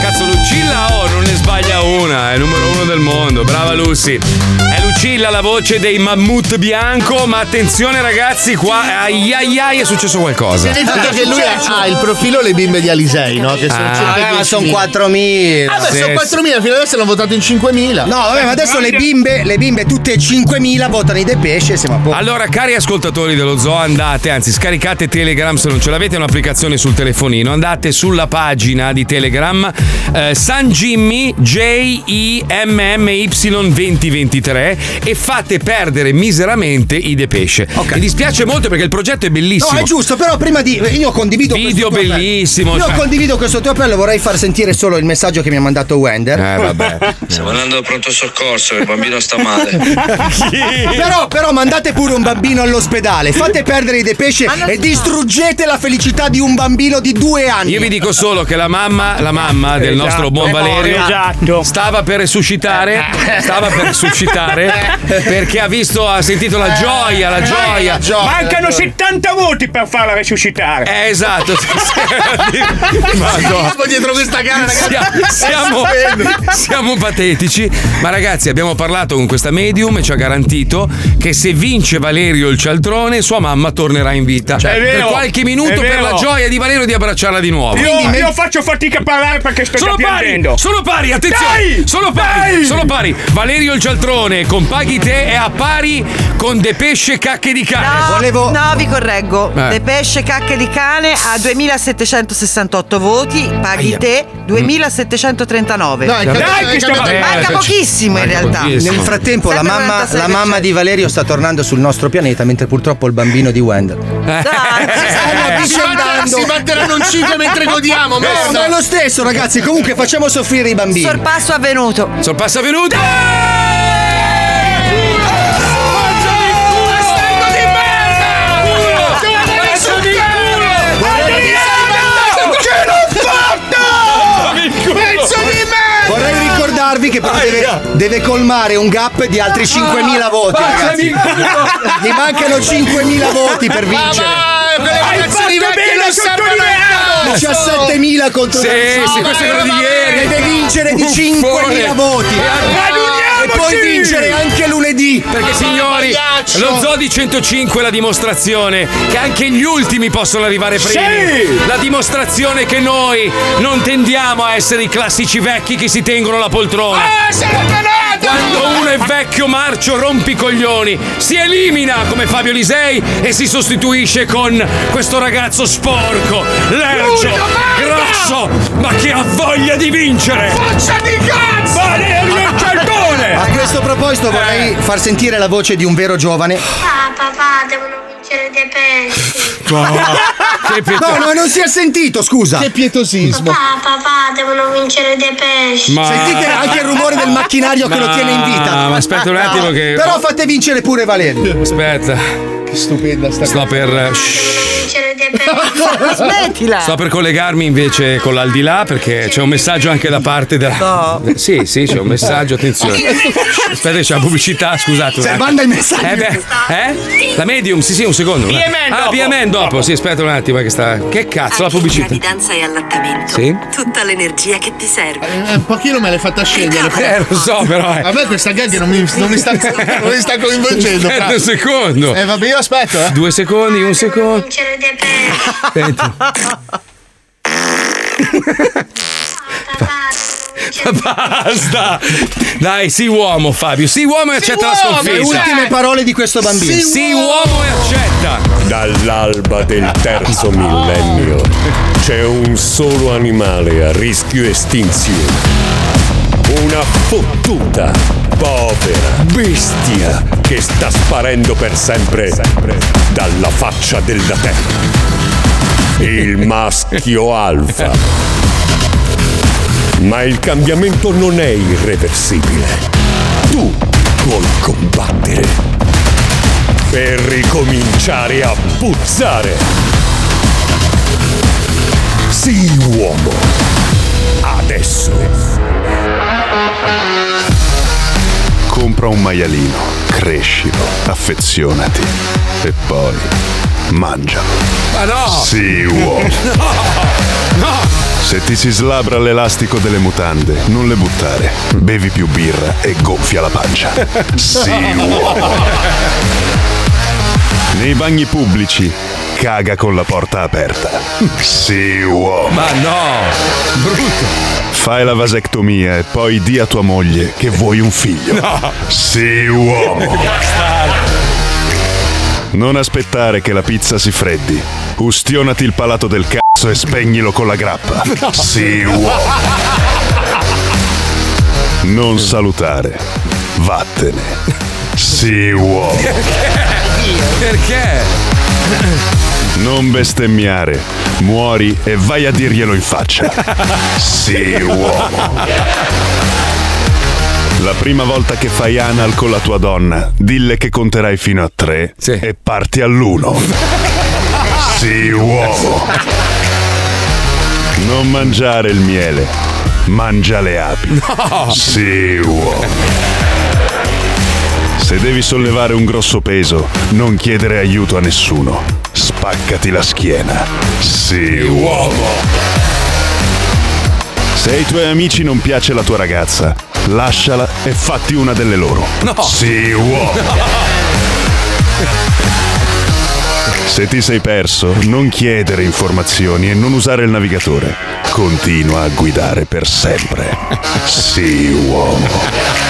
Cazzo, Lucilla O non ne sbaglia una, è numero uno del mondo, brava Lucy. È Lucilla la voce dei Mammut Bianco, ma attenzione ragazzi, qua ai ai ai è successo qualcosa. Il fatto che lui ha ha il profilo le bimbe di Alisei, no? Che sono Ah. circa Vabbè, ma 10.000. son 4.000. Ah, beh, Sì, sono sì. 4.000, fino adesso l'hanno votato in 5.000. No, vabbè, ma adesso le bimbe, le bimbe tutte 5.000 votano i De Pesce, siamo a posto. Allora, cari ascoltatori dello zoo, andate, anzi, scaricate Telegram se non ce l'avete, è un'applicazione sul telefonino. Andate sulla pagina di Telegram eh, San Jimmy J-I-M-M-Y-2023 e fate perdere miseramente i De Pesce. Mi dispiace molto perché il progetto è bellissimo. No, è giusto, però prima di. Io condivido Video questo tuo appello. bellissimo. Io cioè- condivido questo tuo appello, vorrei far sentire solo il messaggio che mi ha mandato Wender. Eh, vabbè. Stiamo andando al pronto soccorso, il bambino sta male. però, però mandate pure un bambino all'ospedale, fate perdere i De Pesce e distruggete la felicità di un bambino di due anni. Io vi dico solo che la mamma, la mamma del Esatto. nostro buon Eh, Valerio esatto. stava per resuscitare, stava per resuscitare perché ha visto, ha sentito Ecco la gioia, Eh, la gioia. Mancano 70 voti per farla resuscitare. Eh, esatto. Madonna. Siamo dietro questa gara, ragazzi. Siamo, siamo patetici, ma ragazzi abbiamo parlato con questa medium e ci ha garantito che se vince Valerio il cialtrone sua mamma tornerà in vita. Cioè, È per vero, qualche è minuto per vero. la gioia di Valerio di abbracciarla di nuovo. Io, io faccio fatica a parlare perché sto Sono già pari, piangendo. sono pari, attenzione! Dai! sono pari, Dai! sono pari. Valerio il cialtrone con Paghi te è a pari con De Pesce cacche di cane. No, no, vi correggo. Eh. De pesce cacche di cane a 2768 voti, paghi Aia. te 2739. No, è cambiato- Dai, è che stiamo- cambiato. manca Eh, pochissimo in manca realtà. Nel frattempo la Sempre mamma, 46%. la mamma di Valerio sta tornando sul nostro pianeta, mentre purtroppo il bambino di Wender. Eh, si batterà- si batteranno un ciglio mentre godiamo, No, merda. Eh, ma è lo stesso, ragazzi. Comunque facciamo soffrire i bambini. Sorpasso avvenuto. Sorpasso avvenuto. Pezzo di merda! Vorrei ricordarvi che però deve, deve colmare un gap di altri 5.000 voti. ragazzi. Gli mancano 5.000 voti per Ah, vincere. Hai fatto bene, sottolineamoci! 17.000 contro Sì, la sì, Russia. questo è quello di ieri. Deve vincere di Buffone. 5.000 voti. E allora- E Raduniamoci sì! lunedì. Perché signori, Ah, lo zoo di 105 è la dimostrazione che anche gli ultimi possono arrivare primi. Sì! La dimostrazione che noi non tendiamo a essere i classici vecchi che si tengono la poltrona. Ah, Quando uno è vecchio marcio rompicoglioni, si elimina come Fabio Lisei e si sostituisce con questo ragazzo sporco, lercio, grosso, ma che ha voglia di vincere! Faccia di cazzo! Valerio Cialdone! A questo proposito vorrei far sentire la voce di un vero giovane. Ah, papà, devono vincere dei pesci. No, no, non si è sentito, scusa. Cioè, Che pietosismo. Papà, papà, devono vincere dei pesci. Ma- Sentite anche il rumore del macchinario che lo tiene in vita. Ma aspetta un attimo che. Però fate vincere pure Valerio. Aspetta. Che stupenda sta Sto per. shh, Vincere dei pesci. Eh. Smettila. Sto per collegarmi invece con l'aldilà perché c'è un messaggio anche da parte della. Sì, sì, c'è un messaggio, attenzione. Aspetta, che c'è la pubblicità, scusate. Cioè, un Se attimo. manda i messaggi. Eh, beh, eh? La medium, sì, sì, un secondo. un attimo. PMN Ah, dopo. PMN dopo, sì, aspetta un attimo che sta. Che cazzo, la pubblicità. Gravidanza e allattamento. Sì? Tutta l'energia che ti serve. Eh, un pochino me l'hai fatta scegliere. Eh, lo so, però. eh. A me questa gag non mi, non mi sta, non mi sta coinvolgendo. Aspetta un secondo. Eh, vabbè, io aspetto. Eh. Due secondi, un secondo. Senti. Basta! Dai, sii uomo, Fabio. Sii uomo e accetta la uomo, sconfitta. ultime parole di questo bambino. Sii Sii uomo e accetta. Dall'alba del terzo millennio c'è un solo animale a rischio estinzione. Una fottuta, povera bestia che sta sparendo per sempre dalla faccia della terra. Il maschio alfa. Ma il cambiamento non è irreversibile. Tu vuoi combattere per ricominciare a puzzare. Sii uomo. Adesso. Compra un maialino, crescilo, affezionati e poi mangialo. Ma no! Sii uomo. Se ti si slabra l'elastico delle mutande, non le buttare. Bevi più birra e gonfia la pancia. Sii uomo. Nei bagni pubblici caga con la porta aperta. Sì, uomo. Ma no! Brutto! Fai la vasectomia e poi di a tua moglie che vuoi un figlio. No! Sì, uomo. Non aspettare che la pizza si freddi. Ustionati il palato del cazzo e spegnilo con la grappa. Sì, uomo. Non salutare. Vattene. Sì, uomo. Perché? Non bestemmiare, muori e vai a dirglielo in faccia. Sì, uomo. La prima volta che fai anal con la tua donna, dille che conterai fino a tre e parti all'uno. Sì, uomo. Non mangiare il miele, mangia le api. No. Sì, uomo. Se devi sollevare un grosso peso, non chiedere aiuto a nessuno. Spaccati la schiena. Sì, uomo. Se ai tuoi amici non piace la tua ragazza, lasciala e fatti una delle loro. No. Sì, uomo. Se ti sei perso, non chiedere informazioni e non usare il navigatore. Continua a guidare per sempre. Sì, uomo.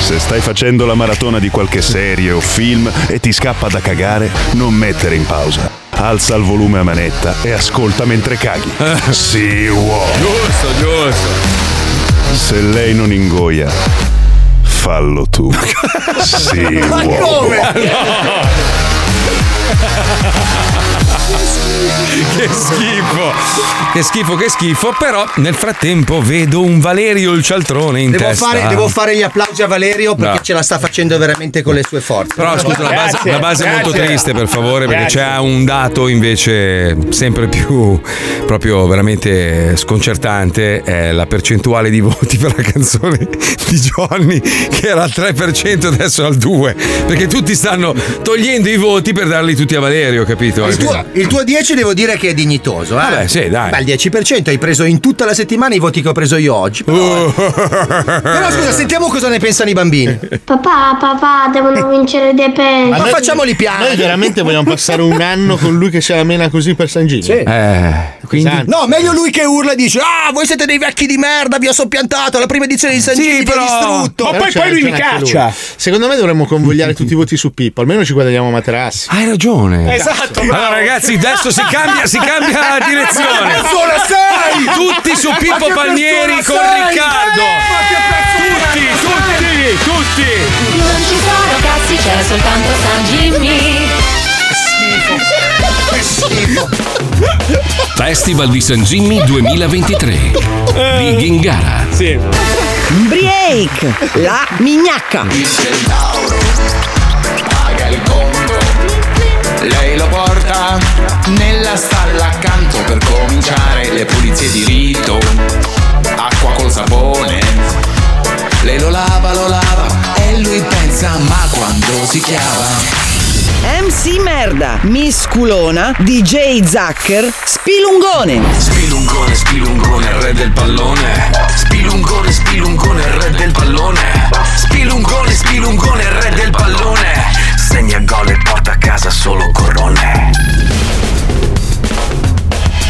Se stai facendo la maratona di qualche serie o film e ti scappa da cagare, non mettere in pausa. Alza il volume a manetta e ascolta mentre caghi. Sì, uomo. Giusto, giusto. Se lei non ingoia, fallo tu. Sì, Ma uomo. come? Che schifo! Che schifo, che schifo. Però nel frattempo vedo un Valerio il cialtrone in Devo testa. Ah. fare, devo fare gli applausi a Valerio perché No. ce la sta facendo veramente con le sue forze. Però scusa, la base, la base è molto triste, per favore, perché Esatto. Grazie. c'è un dato invece sempre più proprio veramente sconcertante. È la percentuale di voti per la canzone di Johnny, che era al 3%, adesso è al 2%. Perché tutti stanno togliendo i voti per darli tutti a Valerio, capito? Il tuo, il tuo 10 Adesso devo dire che è dignitoso. Eh? Vabbè, sì, dai. Beh, il 10% hai preso in tutta la settimana i voti che ho preso io oggi. Però, eh. Uh. però scusa, sentiamo cosa ne pensano i bambini. Papà, papà, devono vincere dei pezzi. Ma facciamoli piangere. Noi veramente vogliamo passare un anno con lui che ce la mena così per San Esatto. Gino. Eh, quindi- No, meglio lui che urla e dice: Ah, voi siete dei vecchi di merda, vi ho soppiantato. La prima edizione di San Gino vi ho distrutto. Però c'ha ragione anche lui. Secondo me dovremmo convogliare tutti i voti su Pippo, almeno ci guadagniamo materassi. Hai ragione. Esatto, Eh. Allora, ragazzi, adesso si cambia, si cambia direzione. Persona sei! Tutti su Pippo Ma che Palmieri con persona sei? Eh! Riccardo. Tutti, tutti, tutti. Non ci sono cazzi, c'è soltanto San Jimmy. Festival di San Jimmy 2023. Eh. Big in gara. Sì. Break! La mignacca! Eh, paga il conto. Lei lo porta nella stalla accanto per cominciare le pulizie di rito. Acqua col sapone. Lei lo lava, lo lava e lui pensa ma quando si chiama. MC Merda, Misculona, DJ Zacker, Spilungone. Spilungone, spilungone, il re del pallone. Spilungone, spilungone, il re del pallone. Spilungone, spilungone, il re del pallone. Segna gol e porta a casa solo corone.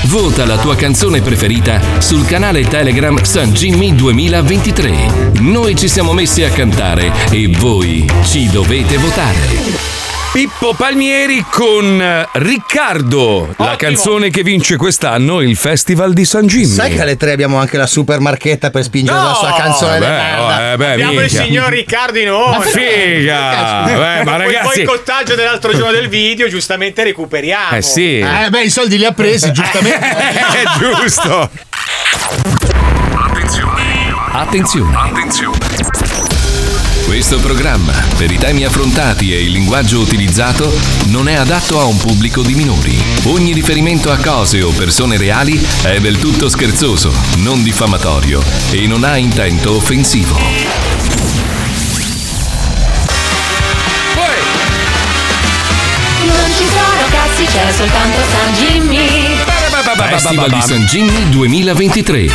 Vota la tua canzone preferita sul canale Telegram San Jimmy 2023. Noi ci siamo messi a cantare e voi ci dovete votare. Pippo Palmieri con eh, Riccardo, la canzone che vince quest'anno il Festival di San Gimmi. Sai che alle tre abbiamo anche la super marchetta per spingere la sua canzone? Vabbè, di merda? oh, eh, beh, Abbiamo il minchia. signor Riccardo in onda. Figa! Beh, ma Poi ragazzi, il boicottaggio dell'altro giorno del video, giustamente recuperiamo. Eh, sì. Eh, beh, i soldi li ha presi, giustamente. È giusto. Attenzione. Attenzione. Questo programma, per i temi affrontati e il linguaggio utilizzato, non è adatto a un pubblico di minori. Ogni riferimento a cose o persone reali è del tutto scherzoso, non diffamatorio e non ha intento offensivo. Non ci sono cazzi, c'è soltanto San Jimmy. Festival di San Jimmy 2023.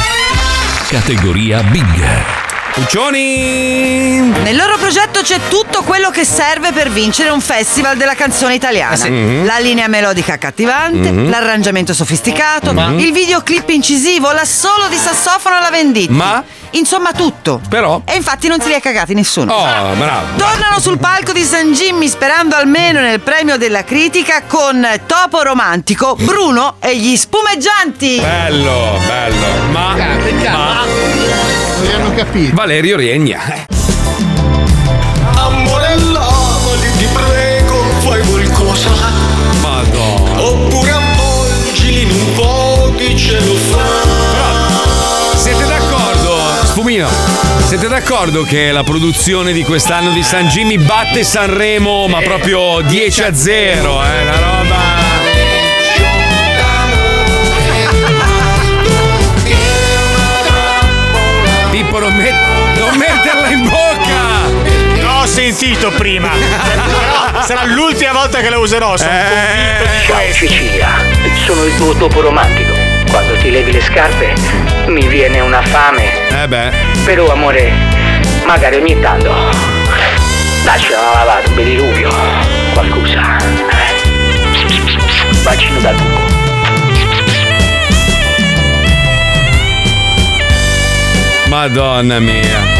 Categoria Big. Puccioni! Nel loro progetto c'è tutto quello che serve per vincere un festival della canzone italiana. Ah, Mm-hmm. Mhm. La linea melodica accattivante, Mhm. l'arrangiamento sofisticato, Ma? Mm-hmm. il videoclip incisivo, l'assolo di sassofono alla venditti. Ma? Insomma tutto. Però? E infatti non se li ha cagati nessuno. Oh, bravo. Tornano sul palco di San Jimmy sperando almeno nel premio della critica con Topo Romantico, Bruno e gli spumeggianti. Bello, bello. Ma, ma ah, Non li hanno capito. Valerio Regna. eh, Amore, lavali, ti prego, fai qualcosa. Madonna. Oppure avvolgili in un po' di cellophane. Siete d'accordo? Spumino, siete d'accordo che la produzione di quest'anno di San Jimmy batte Sanremo, ma proprio 10 a 0, eh? Una roba. Pippo, non, met- non metterla in bocca! L'ho sentito prima. Però sarà l'ultima volta che la userò. Sono Eh. Ciao convinto di Sicilia, sono il tuo topo romantico. Quando ti levi le scarpe mi viene una fame. Eh beh. Però amore, magari ogni tanto dacci una lavata, un bel diluvio, qualcosa. Bacino da cupo. Madonna mia.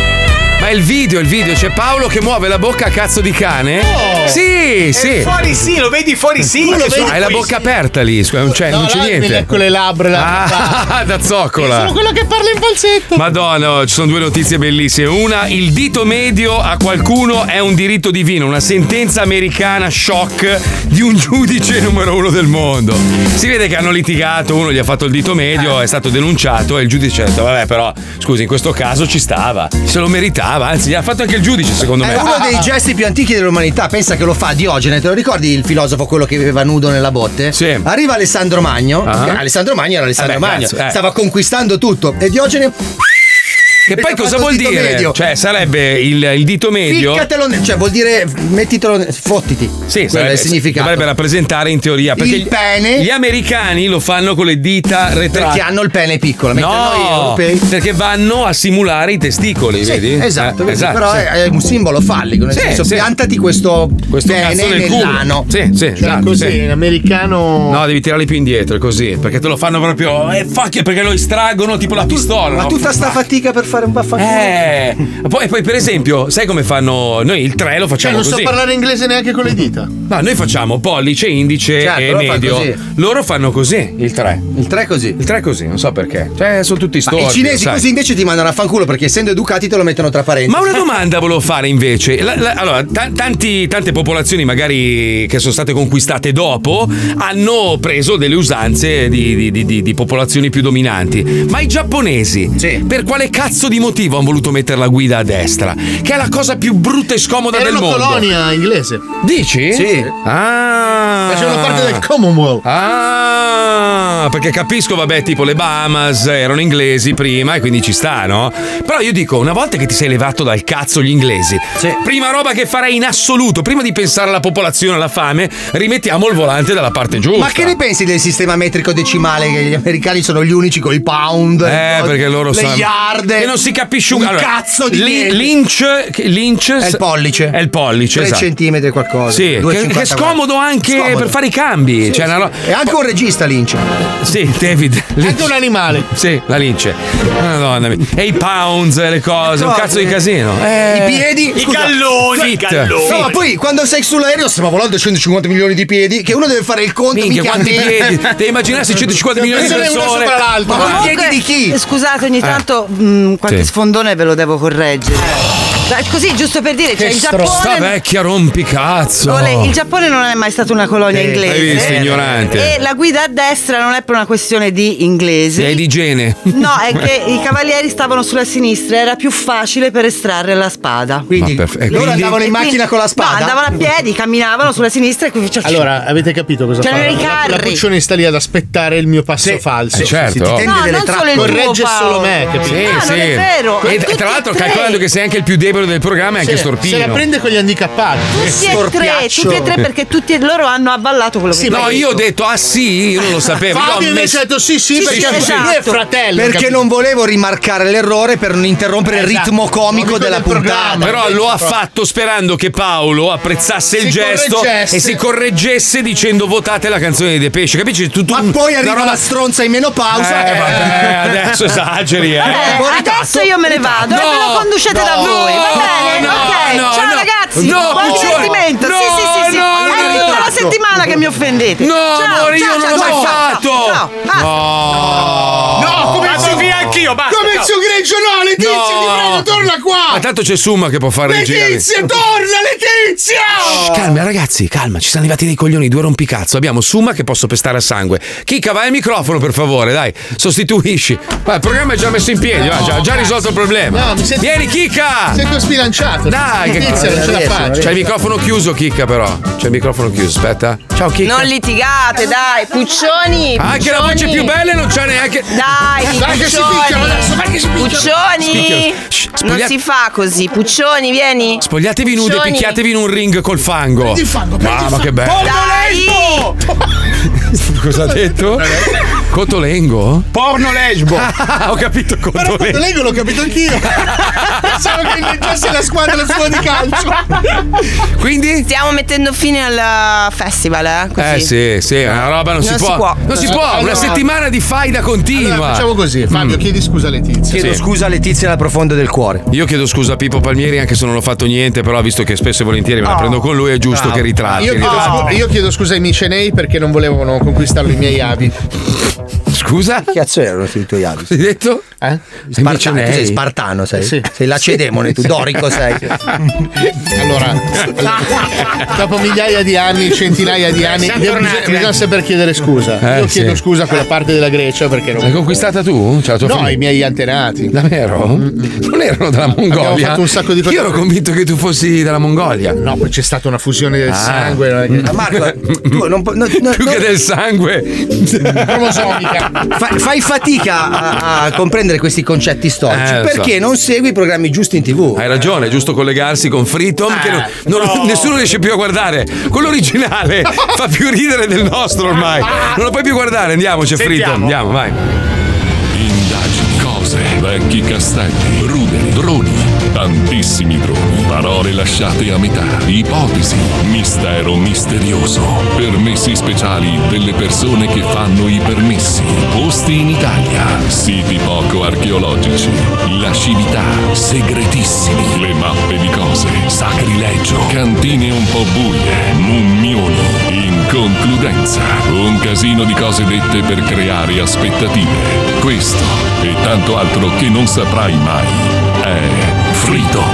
Ma il video, il video, c'è Paolo che muove la bocca a cazzo di cane? Sì, Oh! È sì. Fuori sì, lo vedi fuori sì. Ma Hai la bocca aperta lì, scusa, non c'è, No, non c'è là è niente. quella con le labbra. Ah, da zoccola. Sono quello che parla in falsetto. Madonna, oh, ci sono due notizie bellissime. Una, il dito medio a qualcuno è un diritto divino, una sentenza americana shock di un giudice numero uno del mondo. Si vede che hanno litigato, uno gli ha fatto il dito medio, è stato denunciato e il giudice ha detto, vabbè però, scusi, in questo caso ci stava, se lo meritava, anzi gli ha fatto anche il giudice secondo me. È Eh, uno dei gesti più antichi dell'umanità, pensa che lo fa Diogene, te lo ricordi il filosofo quello che viveva nudo nella botte? Sì. Arriva Alessandro Magno, Ah. Eh che Alessandro Magno era Alessandro Vabbè, Magno, cazzo, eh. stava conquistando tutto e Diogene Che Il poi cosa famoso vuol dito dire? medio. Cioè, sarebbe il, il dito medio. Ficcatelo, ne- cioè vuol dire mettitelo, ne- fottiti. Sì, Quello è il significato. dovrebbe rappresentare in teoria perché Il gli- pene. gli americani lo fanno con le dita retrate Perché hanno il pene piccolo, mentre no, noi europei- perché vanno a simulare i testicoli Sì, vedi? esatto, Eh, vedi, però sì. è, è un simbolo fallico, nel Sì, senso sì. piantati questo, Questo cazzo pene nel culo. nell'ano. Cioè, Sì, sì, esatto, Cioè, così, sì. in americano. No, devi tirarli più indietro, così. Perché te lo fanno proprio. Eh, fuck, perché lo estraggono tipo la pistola. Ma no? tutta sta fatica per fare un baffanculo. Eh, poi, poi, per esempio, sai come fanno? Noi il 3 Cioè, lo Eh, facciamo non so diciamo così. parlare inglese neanche con le dita. No, noi facciamo pollice, indice Cioè, e loro fanno medio. così. Loro fanno così, il 3. Il 3 così. Il 3 così, non so perché. Cioè, sono tutti Ma storti. i cinesi sai. così invece ti mandano a fanculo perché essendo educati te lo mettono tra parentesi. Ma una domanda volevo fare invece. La- la- allora, ta- tanti- tante popolazioni, magari che sono state conquistate dopo, hanno preso delle usanze di, di- di- di- di popolazioni più dominanti. Ma i giapponesi, per quale cazzo di motivo hanno voluto mettere la guida a destra? Che è la cosa più brutta e scomoda Era del una mondo. colonia inglese. Dici? Sì. Ah. Facevano parte del Commonwealth. Ah, perché capisco, vabbè, tipo le Bahamas erano inglesi prima e quindi ci sta, no? Però io dico, una volta che ti sei levato dal cazzo gli inglesi, prima roba che farei in assoluto, prima di pensare alla popolazione, alla fame, rimettiamo il volante dalla parte giusta. Ma che ne pensi del sistema metrico decimale che gli americani sono gli unici con i pound? Eh, perché loro le sanno- yard. Che non si capisce un allora, cazzo di lin- niente. Lynch, che- Lynch È il pollice. È il pollice, 3 esatto. centimetri qualcosa. Sì, che- 2,54. che scomodo anche per fare i cambi, cioè, una ro- E anche un regista Lynch. Sì, David. Anche un animale. Sì, la lince. Madonna mia. E i pounds, le cose, un cazzo di casino. Eh, I piedi, i scusa, galloni, fit. i galloni. No, ma poi quando sei sull'aereo stiamo volando 150 milioni di piedi che uno deve fare il conto Minchia, mica a quanti me. piedi? Devi immaginarsi 150 milioni di Pensare uno persone. sopra l'altro. Ma Ma guarda. piedi di chi? Eh, Scusate, ogni Eh. tanto mh, qualche Sì. sfondone ve lo devo correggere. Eh. Dai, Così, giusto per dire, cioè, il, Sta Giappone, vecchia rompicazzo. Ole, il Giappone non è mai stata una colonia Eh, inglese. hai visto, ignorante. E la guida a destra non è per una questione di inglese. È di igiene. No, è che i cavalieri stavano sulla sinistra, era più facile per estrarre la spada. Quindi Ma perf- e loro quindi- andavano in E macchina quindi- con la spada. No, andavano a piedi, camminavano sulla sinistra e qui cioè, Allora, avete capito cosa fa? C'erano i La, carri. la cuccione sta lì ad aspettare il mio passo falso. eh, certo. Sì, sì, ti tende No, delle non trappole. solo il tuo, Corregge Paolo. solo me, capito? Sì, Ah, sì. non è vero. E Tutti tra l'altro, e tre. calcolando che sei anche il più debole del programma, è anche Sì, Se storpino. la prende con gli handicappati. Tutti e tre, tutti e tre perché tutti e loro hanno avvallato quello che Sì, tu ma No, hai io ho detto. detto, ah sì, io non lo Eh, sapevo. Fabio Io ho invece messo- ha detto sì, sì, Sì, perché sì, sì. lui è Esatto. esatto. fratello. Perché capito? non volevo rimarcare l'errore per non interrompere il Esatto. ritmo comico Comico della del puntata. programma. Però lo ha fatto sperando che Paolo apprezzasse il Si gesto correggesse. e si correggesse dicendo votate la canzone di Depeche. Capisci? Tutto Ma un- poi una arriva roba- la stronza in menopausa. Eh, vabbè, adesso esageri, eh. Eh, adesso io me ne vado e ve lo conducete da no, voi. Va bene, no, ok. no, Ciao no. ragazzi, No, buon Puccioni. divertimento. sì, sì, Eh, sì, sì. No, È no, tutta no. la settimana che mi offendete. No, ciao, amore, io ciao, non ciao, l'ho mai ciao, fatto. ciao, ciao. Basta. No, come Vado su- via anch'io, basta, Come ciao. il suo greggio, no, Letizia, ti prego, torna Ma qua. tanto c'è Summa che può fare il giro. Letizia, torna, Letizia. Calma, ragazzi, calma, ci sono arrivati dei coglioni, due rompicazzo. Abbiamo Summa che posso pestare a sangue. Chica, vai al microfono, per favore, dai, sostituisci. Ma il programma è già messo in piedi, va, già, già risolto il problema. No, mi sento- Vieni, Chica! Mi sento spilanciato. Dai, che Letizia, non ce la faccio. C'è il microfono chiuso, Chicca, però. C'è il microfono chiuso, aspetta. Ciao, Chicca. Non litigate, dai, Puccioni! Anche la voce più bella e non c'è neanche. Dai, Dai, che si Puccioni. picchiano adesso, vai che si picchiano. Puccioni! Spicchio. Shh, Non spogliate- si fa così, Puccioni, vieni! Spogliatevi nudi e Puccioni. picchiatevi in un ring col fango. Prendi il fango, Mamma, che bello. Cosa ha detto? Cotolengo? Porno lesbo. Ho capito Però quando Cotolengo. leggo l'ho capito anch'io. Pensavo che inneggiasse la squadra la scuola di calcio. Quindi? Stiamo mettendo fine al festival, eh? Così. Eh sì, sì, è una roba non, si, può. Non si può, una Allora- settimana di faida continua. Allora, facciamo così, Fabio, Mm. chiedi scusa a Letizia. Chiedo Sì. scusa a Letizia dalla profonda del cuore. Io chiedo scusa a Pippo Palmieri anche se non ho fatto niente, però visto che spesso e volentieri me la prendo con lui è giusto Bravo. che Ah, ritratti. Io chiedo, ritratti. scu- io chiedo scusa ai micenei perché non volevano conquistarlo i miei avi. Scusa? Che cazzo erano i tuoi avi? Hai detto? Eh? Spartano, tu sei spartano, sei. Sei lacedemone, tu dorico sei. Allora, dopo migliaia di anni, centinaia di anni, Siamo de- tornati, bisog- eh. bisogna sempre chiedere scusa. Eh, Io sì. chiedo scusa a quella parte della Grecia perché non. L'hai conquistata tu? Cioè, la tua no, famiglia? i miei antenati. Mm, Davvero? Non erano della Mongolia? fatto un sacco di cose. Io ero convinto che tu fossi della Mongolia. No, poi c'è stata una fusione del Ah. sangue. non è che- Ma Marco, tu non pu- no, no, Più no. che del sangue. cromosomica. Fa- fai fatica a, a comprendere questi concetti storici Eh, lo so. perché non segui i programmi giusti in tv. Hai ragione, è giusto collegarsi con Freedom che Eh, non- non- nessuno riesce più a guardare. Quello originale fa più ridere del nostro ormai. Non lo puoi più guardare, andiamoci a Freedom, andiamo, vai. Indagini, cose, vecchi castelli, ruderi, droni, tantissimi droni, parole lasciate a metà, ipotesi, mistero misterioso, permessi speciali delle persone che fanno i permessi, posti in Italia, siti poco archeologici, lascività, segretissimi, le mappe di cose, sacrilegio, cantine un po' buie, mummioni, in concludenza, un casino di cose dette per creare aspettative. Questo e tanto altro che non saprai mai è Freedom.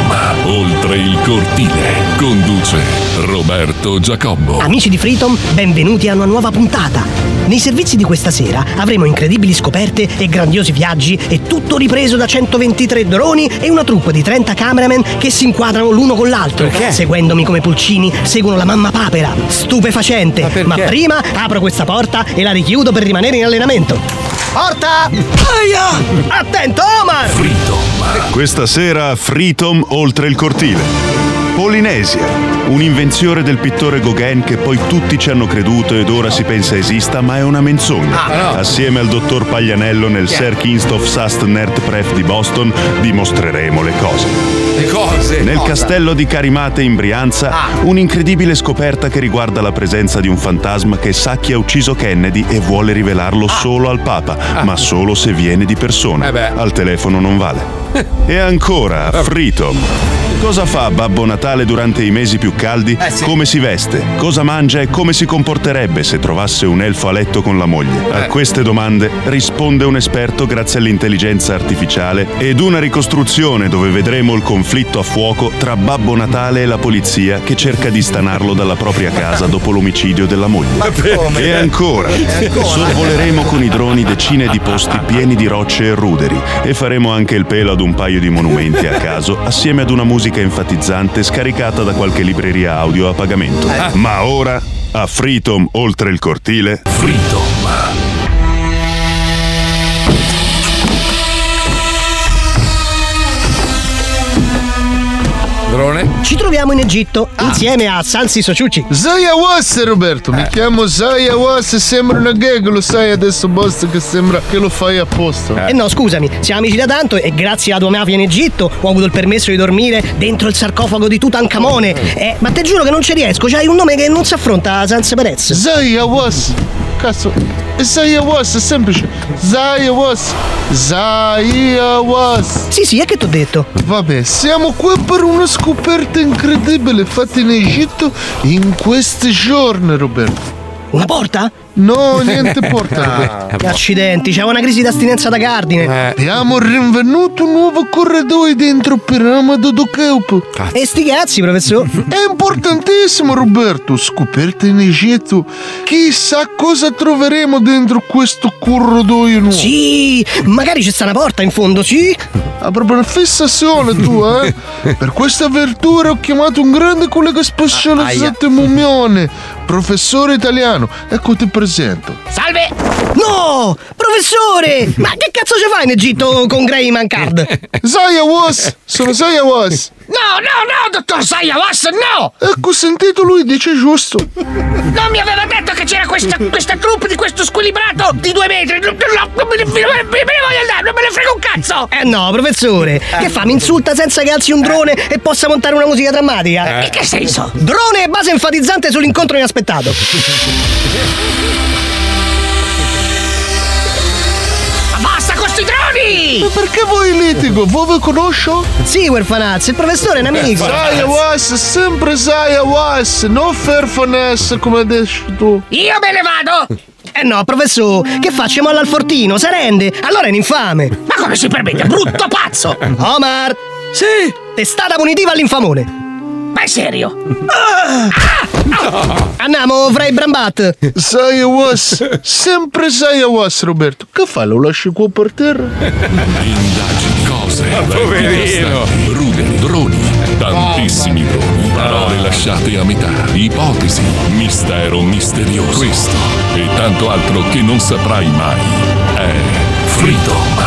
Oltre il cortile conduce Roberto Giacobbo. Amici di Freedom, benvenuti a una nuova puntata. Nei servizi di questa sera avremo incredibili scoperte e grandiosi viaggi e tutto ripreso da 123 droni e una troupe di 30 cameraman che si inquadrano l'uno con l'altro. Seguendomi come pulcini, seguono la mamma papera. Stupefacente. Ma, prima apro questa porta e la richiudo per rimanere in allenamento. Porta! Aia! Attento, Omar! Questa sera Freedom oltre il cortile. Polinesia, un'invenzione del pittore Gauguin che poi tutti ci hanno creduto ed ora si pensa esista, ma è una Ah, menzogna. Assieme al dottor Paglianello nel Sir Kinstoff Sast Nerdpref di Boston dimostreremo le cose. Le cose? Nel Cosa? castello di Carimate in Brianza, un'incredibile scoperta che riguarda la presenza di un fantasma che sa chi ha ucciso Kennedy e vuole rivelarlo solo al Papa, ma solo se viene di persona. Al telefono non vale. E ancora, Freedom. Cosa fa Babbo Natale durante i mesi più caldi? Come si veste? Cosa mangia e come si comporterebbe se trovasse un elfo a letto con la moglie? A queste domande risponde un esperto grazie all'intelligenza artificiale ed una ricostruzione dove vedremo il conflitto a fuoco tra Babbo Natale e la polizia che cerca di stanarlo dalla propria casa dopo l'omicidio della moglie. E ancora, sorvoleremo con i droni decine di posti pieni di rocce e ruderi e faremo anche il pelo ad un paio di monumenti a caso assieme ad una musica enfatizzante scaricata da qualche libreria audio a pagamento. Ma ora, a Freedom oltre il cortile, Freedom. Drone. Ci troviamo in Egitto insieme a Sansi Eh. Sociucci. Zaya Was, Ah. Roberto, mi chiamo Zaya Was e sembra una gag, lo sai adesso boss che sembra che lo fai apposta. E Eh no, scusami, siamo amici da tanto e grazie alla tua mafia in Egitto ho avuto il permesso di dormire dentro il sarcofago di Tutankhamone. Eh, ma te giuro che non ci riesco, c'hai un nome che non si affronta senza Perez. Zaya Was, cazzo, Zaya Was è semplice, Zaya Was, Zaya Was. Sì, sì, è che t'ho detto. Vabbè, siamo qui per una scoperta incredibile fatta in Egitto in questi giorni, Roberto. Una porta? No, niente porta. Ah, Accidenti, c'è una crisi d'astinenza da cardine. Abbiamo rinvenuto un nuovo corridoio dentro Piramide do Keupo. E sti cazzi, professore. È importantissimo, Roberto. Scoperta in Egitto. Chissà cosa troveremo dentro questo corridoio nuovo. Sì, magari c'è sta una porta in fondo, sì. Ha proprio una fissazione tua, eh? per questa avventura ho chiamato un grande collega Ah, specializzato in mummione, professore italiano. Ecco ti presento. Salve! No! Professore! Ma che cazzo ci fai in Egitto con Gray Mancard? Zaya Eh. Was! Sono Zaya Was! No, no, no, dottor Sayawas, no! Ecco, ho sentito lui dice giusto. Non mi aveva detto che c'era questa, questa troupe di questo squilibrato di due metri! No, no, non me ne, me ne- me ne voglio andare, non me ne frega un cazzo! Eh no, professore! Eh. Che fa? Mi insulta senza che alzi un drone e possa montare una musica drammatica? In che senso? Drone e base enfatizzante sull'incontro inaspettato! Ma basta con sti droni! Ma perché voi litigo? Voi vi conosco? Sì, quel fanazzo, il professore è un amico! Zaya Was, sempre Zaya Was, non Ferfaness come hai detto tu. Io me ne vado! Eh no, professore, che faccio? Molla al fortino, si rende? Allora è un infame! Ma come si permette, brutto pazzo! Omar! Sì! Testata punitiva all'infamone! Ma è serio? Ah! Andiamo fra i brambat! Zaya Was, sempre Zaya Was, Roberto. Che fai? Lo lasci qua per terra? Indagini, cose, vecchi poverino. castelli, ruderi, droni, Tantissimi droni. Parole lasciate a metà. Ipotesi, mistero misterioso. Questo e tanto altro che non saprai mai. È Oh. Freedom.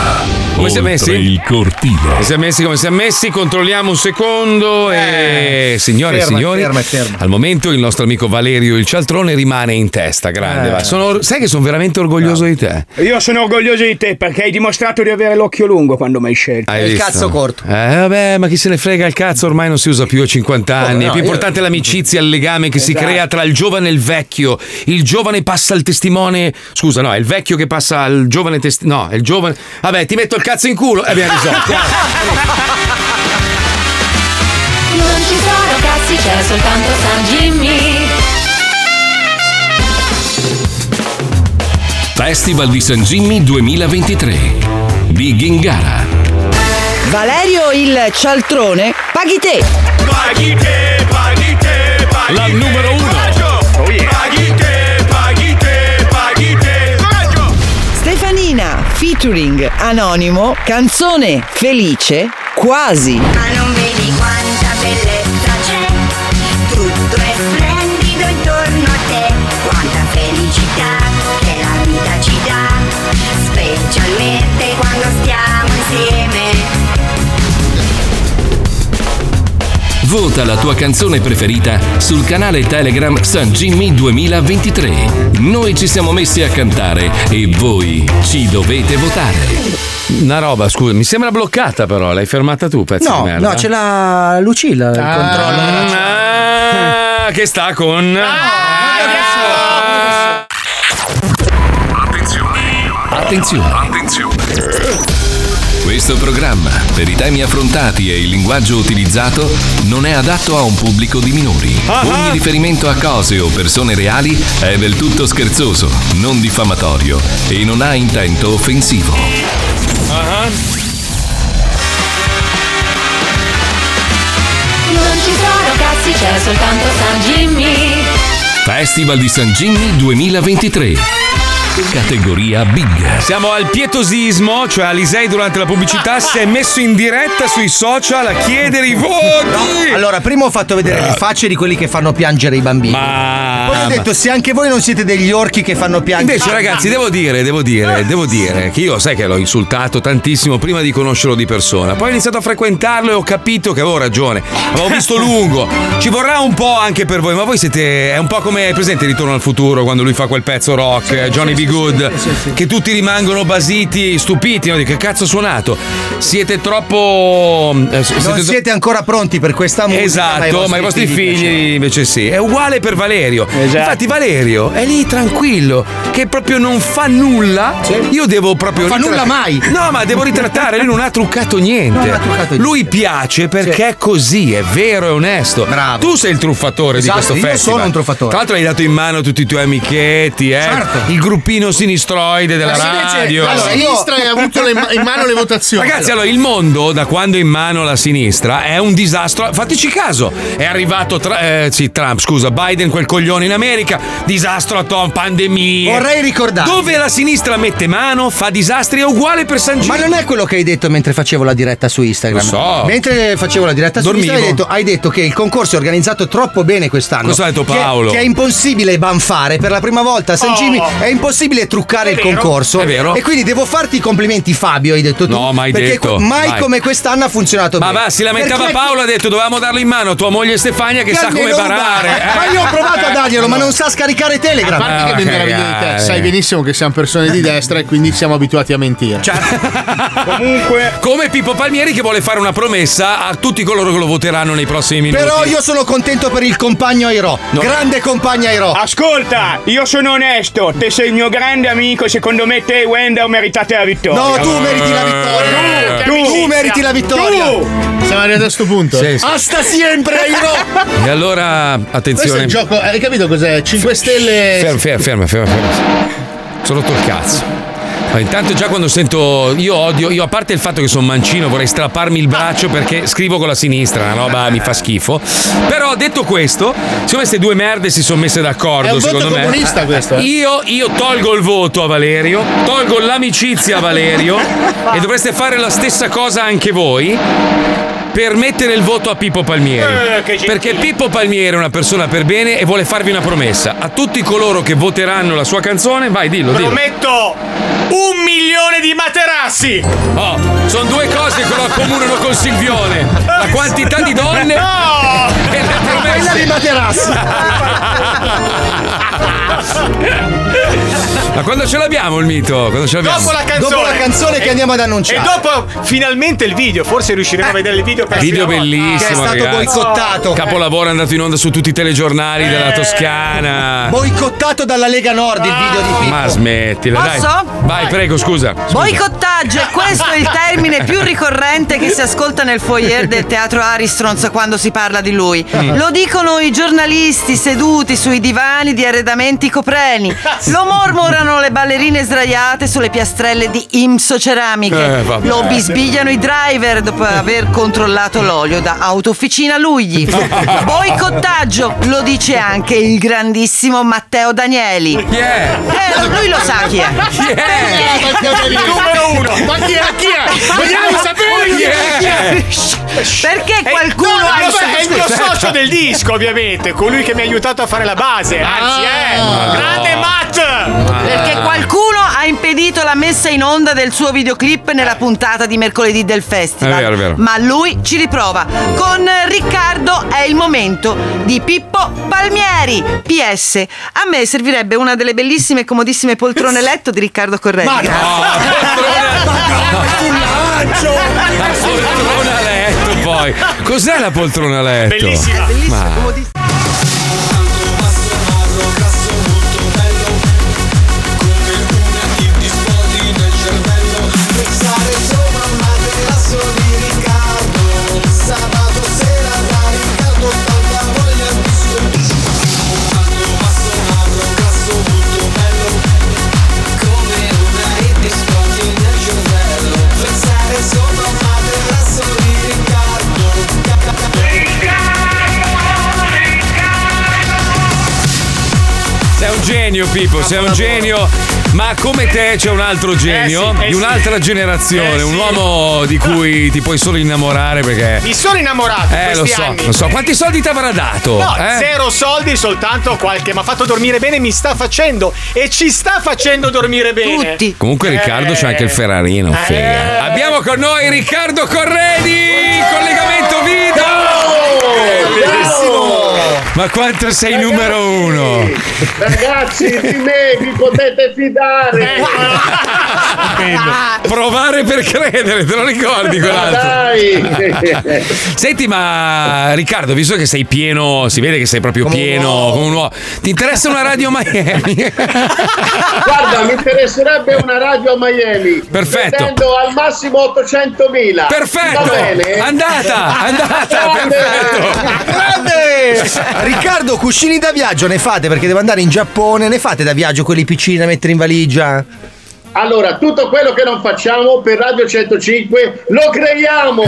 Come siamo Oltre messi? il cortile. Come siamo messi, come siamo messi, controlliamo un secondo e Eh, signore e ferma, signori, ferma, ferma. al momento il nostro amico Valerio il Cialtrone rimane in testa, grande. Eh. va. Sono or- sai che sono veramente orgoglioso di te. Io sono orgoglioso di te perché hai dimostrato di avere l'occhio lungo quando mi hai scelto. Hai visto? Eh, vabbè, ma chi se ne frega il cazzo ormai non si usa più a 50 anni. no, è più io- importante l'amicizia, il legame che si Esatto. crea tra il giovane e il vecchio. Il giovane passa al testimone. Scusa, no, è il vecchio che passa al giovane testimone. No, è il giovane. Vabbè, ti metto il cazzo in culo e abbiamo risolto. Non ci sono cazzi, c'è soltanto San Jimmy. Festival di San Jimmy 2023 di Gingara. Valerio il cialtrone, paghi te! Paghi te, paghi te, paghi La numero uno. Oh Paghi te, paghi te, paghi te. Stefanina featuring Anonimo, canzone felice, quasi. Ma non vedi quanta bellezza c'è, Oh, tutto è splendido intorno a te, quanta felicità che la vita ci dà, specialmente quando stiamo insieme. Vota la tua canzone preferita sul canale Telegram San Jimmy 2023. Noi ci siamo messi a cantare e voi ci dovete votare. Una roba, scusa, mi sembra bloccata però, l'hai fermata tu, pezzo di No, merda. eh? no, ce l'ha Ah, Lucilla il controllo. Ah, che sta con Attenzione! Questo programma, per i temi affrontati e il linguaggio utilizzato, non è adatto a un pubblico di minori. Ah, Ogni riferimento a cose o persone reali è del tutto scherzoso, non diffamatorio e non ha intento offensivo. Non ci sono cazzi, c'è soltanto San Jimmy. Festival di San Jimmy 2023. Categoria Big. Siamo al pietosismo, cioè Alisei durante la pubblicità si è messo in diretta sui social a chiedere i voti. Allora, prima ho fatto vedere Eh. le facce di quelli che fanno piangere i bambini. Poi ho detto, se anche voi non siete degli orchi che fanno piangere. Ah, Invece, ragazzi, devo dire, devo dire, devo dire che io sai che l'ho insultato tantissimo prima di conoscerlo di persona. Poi ho iniziato a frequentarlo e ho capito che avevo ragione. Avevo visto lungo. Ci vorrà un po' anche per voi, ma voi siete. È un po' come presente Ritorno al futuro quando lui fa quel pezzo rock, eh, Johnny B. Good, che tutti rimangono basiti, stupiti. No? Di che cazzo ha suonato? Siete troppo. eh, Non siete ancora pronti per questa musica. Esatto, ma i vostri figli diciamo. invece sì. È uguale per Valerio. Esatto. Infatti Valerio è lì tranquillo, che proprio non fa nulla. Io devo proprio... Non fa nulla mai. No, ma devo ritrattare, lui non ha truccato niente. Non ha truccato niente. Lui piace perché è così, è vero e onesto. Bravo. Tu sei il truffatore di Esatto, questo io festival. sono un truffatore. Tra Certo. l'altro hai dato in mano tutti i tuoi amichetti, eh. Il gruppino sinistroide della Ma invece radio. la sinistra ha avuto le ma- in mano le votazioni. Ragazzi, allora il mondo, da quando è in mano la sinistra, è un disastro. Fateci caso, è arrivato tra- eh, sì, Trump, scusa, Biden, quel coglione in America, disastro a Tom, pandemia. Vorrei ricordare. Dove la sinistra mette mano, fa disastri, è uguale per San Gino. Ma non è quello che hai detto mentre facevo la diretta su Instagram. Lo so. Mentre facevo la diretta su Dormivo. Instagram hai detto, hai detto che il concorso è organizzato troppo bene quest'anno. Cosa ha detto Che- Paolo? Oh. Che, è impossibile banfare per la prima volta a San Jimmy. È impossibile truccare È il vero, concorso. è vero. E quindi devo farti i complimenti, Fabio, hai detto tu. No, mai perché detto, que- mai, mai. come quest'anno ha funzionato Ma bene. Ah, va, si lamentava Perché- Paolo, ha detto dovevamo darlo in mano a tua moglie Stefania che sa come Almeno un barare. eh. bar. Ma io ho provato a darglielo, ma non sa scaricare Telegram. A parte Ah, che mi meraviglio di te, cagare. sai benissimo che siamo persone di destra e quindi siamo abituati a mentire. Cioè, Comunque. Come Pippo Palmieri che vuole fare una promessa a tutti coloro che lo voteranno nei prossimi minuti. Però io sono contento per il compagno Airo. Grande compagno Airo. Ascolta, io sono onesto, te sei il mio grande amico, secondo me te e Wender meritate la vittoria. No, tu meriti la vittoria. Eh, Tu, Tu, meriti la vittoria. Siamo arrivati a questo punto. Ah, Sì, sì. Asta sempre, Airo! E allora, Questo è attenzione. il gioco, hai capito cos'è? 5 stelle. Ferma, ferma, ferma, ferma, ferma. Sono rotto il cazzo. Ma intanto già quando sento. Io odio, io a parte il fatto che sono mancino, vorrei strapparmi il braccio perché scrivo con la sinistra, una roba mi fa schifo. Però detto questo, siccome queste due merde si sono messe d'accordo, È un voto secondo me. ah, comunista questo, eh. Io, io tolgo il voto a Valerio, tolgo l'amicizia a Valerio e dovreste fare la stessa cosa anche voi. per mettere il voto a Pippo Palmieri. perché Pippo Palmieri è una persona per bene e vuole farvi una promessa. A tutti coloro che voteranno la sua canzone, vai, dillo, dillo. Prometto un milione di materassi. Oh, sono due cose che lo accomunano con Silvione. La quantità di donne No! e le promesse. Quella di materassi. Ma quando ce l'abbiamo il mito? Quando ce l'abbiamo? Dopo la canzone. Dopo la canzone che E- andiamo ad annunciare. Ah. E dopo finalmente il video, forse riusciremo a vedere il video per la Video prima volta. Ah, bellissimo, ragazzi. Capolavoro è andato in onda su tutti i telegiornali Eh. della Toscana. Boicottato dalla Lega Nord il video di Pippo. Ah. Ma smettila, Posso? dai. Vai, prego, scusa. Scusa. Boicottaggio, e questo è il termine più ricorrente che si ascolta nel foyer del teatro Aristrons quando si parla di lui. Mm. Lo dicono i giornalisti seduti sui divani di arredamenti copreni. Lo mormorano le ballerine sdraiate sulle piastrelle di Imso Ceramiche. Eh, vabbè. Lo bisbigliano i driver dopo aver controllato l'olio da autofficina Lugli. Boicottaggio, lo dice anche il grandissimo Matteo Danieli. è? Eh, lui lo sa chi è. Chi è? Perché- Il numero uno. Ma chi è? Chi è? Vogliamo sapere chi è? Chi è? Perché No, qualcuno no, ha il mio- è il mio Aspetta. socio del disco, ovviamente, colui che mi ha aiutato a fare la base. Anzi, Ah. eh, grande Matt! Ah. Perché qualcuno ha impedito la messa in onda del suo videoclip nella puntata di mercoledì del festival. È vero, è vero. Ma lui ci riprova. Con Riccardo è il momento di Pippo Palmieri. PS. A me servirebbe una delle bellissime e comodissime poltrone letto di Riccardo Corretti. Ma no, La poltrona a letto poi. Cos'è la poltrona a letto? Bellissima. È Ma- Sei un genio, Pippo, sei un genio. Ma come te c'è un altro genio sì, eh di un'altra sì. generazione, Eh un sì. uomo di cui ti puoi solo innamorare perché. Mi sono innamorato in Eh, lo questi so, anni. lo so. Quanti soldi ti avrà dato? No, eh? zero soldi, soltanto qualche. Mi ha fatto dormire bene, mi sta facendo. E ci sta facendo dormire bene. Tutti. Comunque, Riccardo c'è anche il Ferrarino, Eh. fega. Abbiamo con noi Riccardo Corredi, collegamento video. Ma quanto Eh, sei numero uno? Ragazzi, di me vi potete Eh, fidare. ah, Provare per credere, te lo ricordi quell'altro? Ma dai. Senti, ma Riccardo, visto che sei pieno, si vede che sei proprio pieno come un uomo, ti interessa una radio Miami? Guarda, mi interesserebbe una radio a Miami. Perfetto. Vendendo al massimo 800.000. Perfetto. Va bene? Andata, andata, perfetto. Grande! Riccardo, cuscini da viaggio ne fate perché devo andare in Giappone, ne fate da viaggio quelli piccini da mettere in valigia? Allora, tutto quello che non facciamo per Radio 105 lo creiamo.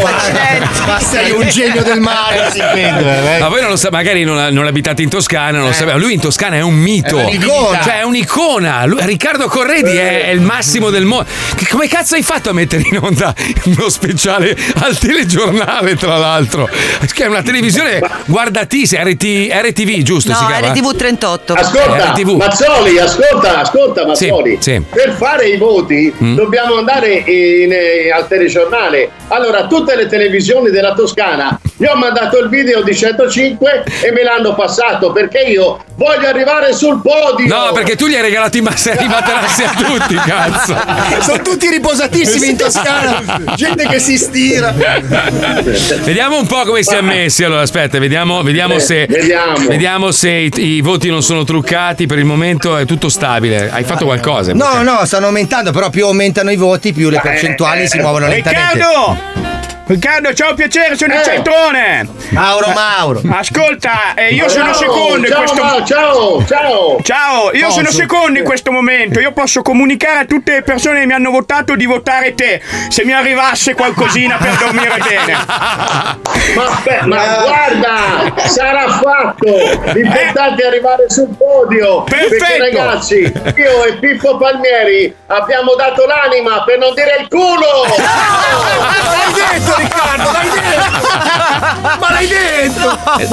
Ma sei un genio del mare, si vede, Ma voi non lo sapete, magari non, non abitate in Toscana, non lo sapete. Lui in Toscana è un mito. È un'icona. Cioè, è un'icona. Lui- Riccardo Corredi è, è il massimo del mondo. Che- Come cazzo hai fatto a mettere in onda uno speciale al telegiornale, tra l'altro? Che è una televisione guardatissima, RT, RTV, giusto? si No, chiama? RTV 38. Ascolta, RTV. Mazzoli, ascolta, ascolta Mazzoli. Sì, sì. Per fare i voti Mm. dobbiamo andare in, eh, al telegiornale. Allora, tutte le televisioni della Toscana gli ho mandato il video di 105 e me l'hanno passato perché io voglio arrivare sul podio. No, perché tu gli hai regalato i mas- i materassi a tutti, cazzo. Sono tutti riposatissimi in Toscana, gente che si stira. Vediamo un po' come si è messi. Allora, aspetta, vediamo, vediamo Eh, se, vediamo. vediamo se i, i voti non sono truccati. Per il momento è tutto stabile. Hai fatto qualcosa? No, no, stanno aumentando, però più aumentano i voti, più le percentuali si muovono lentamente. Riccardo! Riccardo, ciao, un piacere, sono Eh. il Centrone! Mauro, Mauro. Ascolta, eh, io sono Ciao, secondo in ciao, questo Mauro, ciao, ciao! Ciao, io Posso? sono secondo in questo momento. Io posso comunicare a tutte le persone che mi hanno votato di votare te. Se mi arrivasse qualcosina per dormire bene. Ma, beh, ma guarda, sarà fatto! L'importante è arrivare sul podio! Perché Perfetto. ragazzi, io e Pippo Palmieri abbiamo dato l'anima per non dire il culo! Ah, L'hai detto, Riccardo, l'hai detto!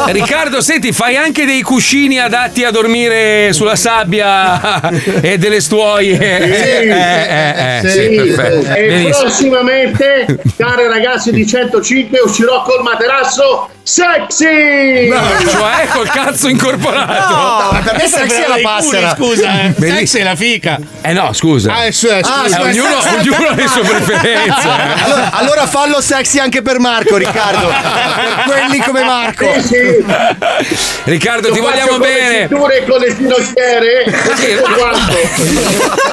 Eh, Riccardo, senti, fai anche dei cuscini adatti a dormire sulla sabbia e delle stuoie. Eh, eh, eh, sì, perfetto. E Benissimo. prossimamente, cari ragazzi di 105, uscirò col materasso sexy! cioè col cazzo incorporato. No, ma per me sexy è la passera. scusa, eh. Sexy è la fica. Eh no, scusa. Ah, eh, su- eh, Ah, scusa. eh, ognuno, Scusa. ognuno ha le sue preferenze. eh. Allora, allora fallo sexy anche per Marco, Riccardo. Per quelli come Marco. Sì, sì. Riccardo, ti Lo faccio vogliamo con bene. Le cinture e con le finocchiere. Sì. Tutto quanto.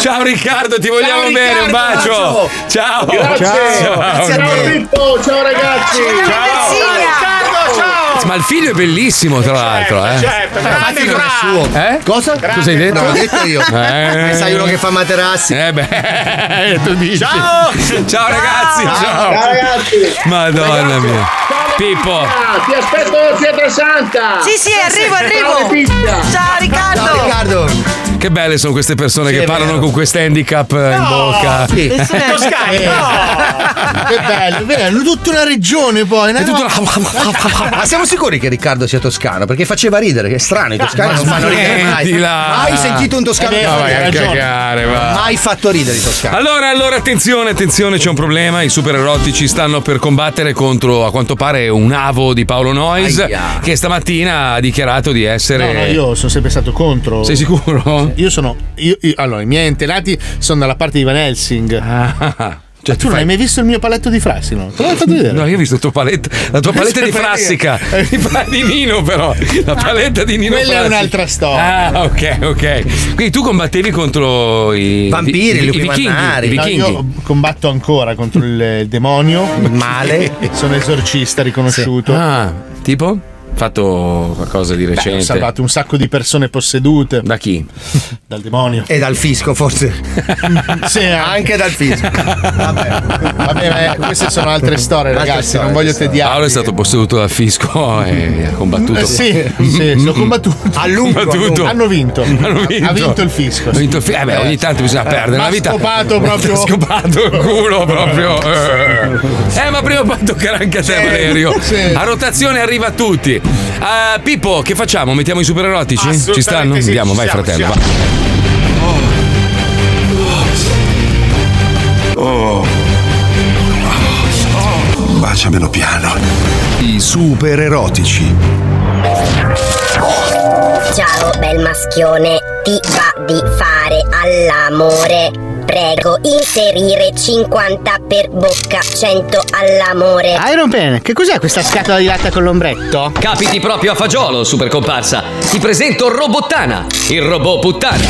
Ciao Riccardo, ti vogliamo bene. Un bacio. Ciao. Grazie. Ciao. Ciao Pippo, ciao ragazzi. Ciao. Riccardo, ciao. Ma il figlio è bellissimo, tra l'altro. Eh. certo, Ma grande figlio non è suo. Eh? Cosa? Cosa hai detto? No, ho detto io. Eh. Sai uno che fa materassi. Eh beh, tu dici. Ciao. Ciao ragazzi, ciao. Ciao, ragazzi. Madonna mia. Pippo. Ah, Ti aspetto da Pietrasanta. Sì, sì, arrivo, arrivo. Ciao, Riccardo. Ciao, Riccardo. Che belle sono queste persone che parlano con questo handicap eh, in Oh, bocca. Toscani, no! Eh, Che bello, vero? Tutta una regione poi, no? Ma siamo sicuri che Riccardo sia toscano? Perché faceva ridere, che è strano, i toscani Ma non fanno ridere mai. smettila. Mai sentito un toscano Eh, che fa vai a ridere. cagare, va. Mai fatto ridere i toscani. Allora, allora, attenzione, attenzione, c'è un problema. I supererotici stanno per combattere contro, a quanto pare, un avo di Paolo Noyes, Aia. che stamattina ha dichiarato di essere. No, no, io sono sempre stato contro. Eh. Sei sicuro? Io sono. Io, io- allora, i miei antenati sono dalla parte di Van Helsing. Cioè, tu non hai mai visto il mio paletto di Frassino? Te l'ho fatto vedere. No, io ho visto il tuo paletto, la tua paletta di Sempre frassica. Ah, Di pa- di Nino, però. La paletta di Nino Quella è Frassica. un'altra storia. Ah, ok, ok. Quindi tu combattevi contro i i- i- i vichinghi. I No, vichinghi. io combatto ancora contro il, il demonio. Male. sono esorcista riconosciuto. Ah, tipo? Fatto qualcosa di Beh, ho recente. salvato un sacco di persone possedute. Da chi? Dal demonio. E dal fisco, forse. sì, anche dal fisco. Vabbè, Vabbè, ma eh, queste sono altre storie, Altre ragazzi. storie, non voglio tediare. Paolo è stato posseduto dal fisco e ha combattuto. Eh, Sì, sì, sono combattuto. A lungo, a lungo. Hanno vinto. Hanno vinto. Ha vinto il fisco. Ha vinto il fi- eh beh, ogni tanto bisogna perdere la L'ha vita. scopato proprio. M'ha scopato il culo proprio. Eh, Eh, ma prima o poi toccherà anche a te, Valerio. A rotazione arriva a tutti. Eh, Pippo, che facciamo? Mettiamo i supererotici? Ci stanno? Assolutamente sì, Andiamo, ci vai, siamo, fratello. ci va. Oh. Baciamelo Oh. piano. I super erotici. Ciao bel maschione, ti va di fare all'amore. Prego, inserire 50 per bocca, 100 all'amore. Iron Man, che cos'è questa scatola di latta con l'ombretto? Capiti proprio a fagiolo, super comparsa. Ti presento Robottana, il robot puttana.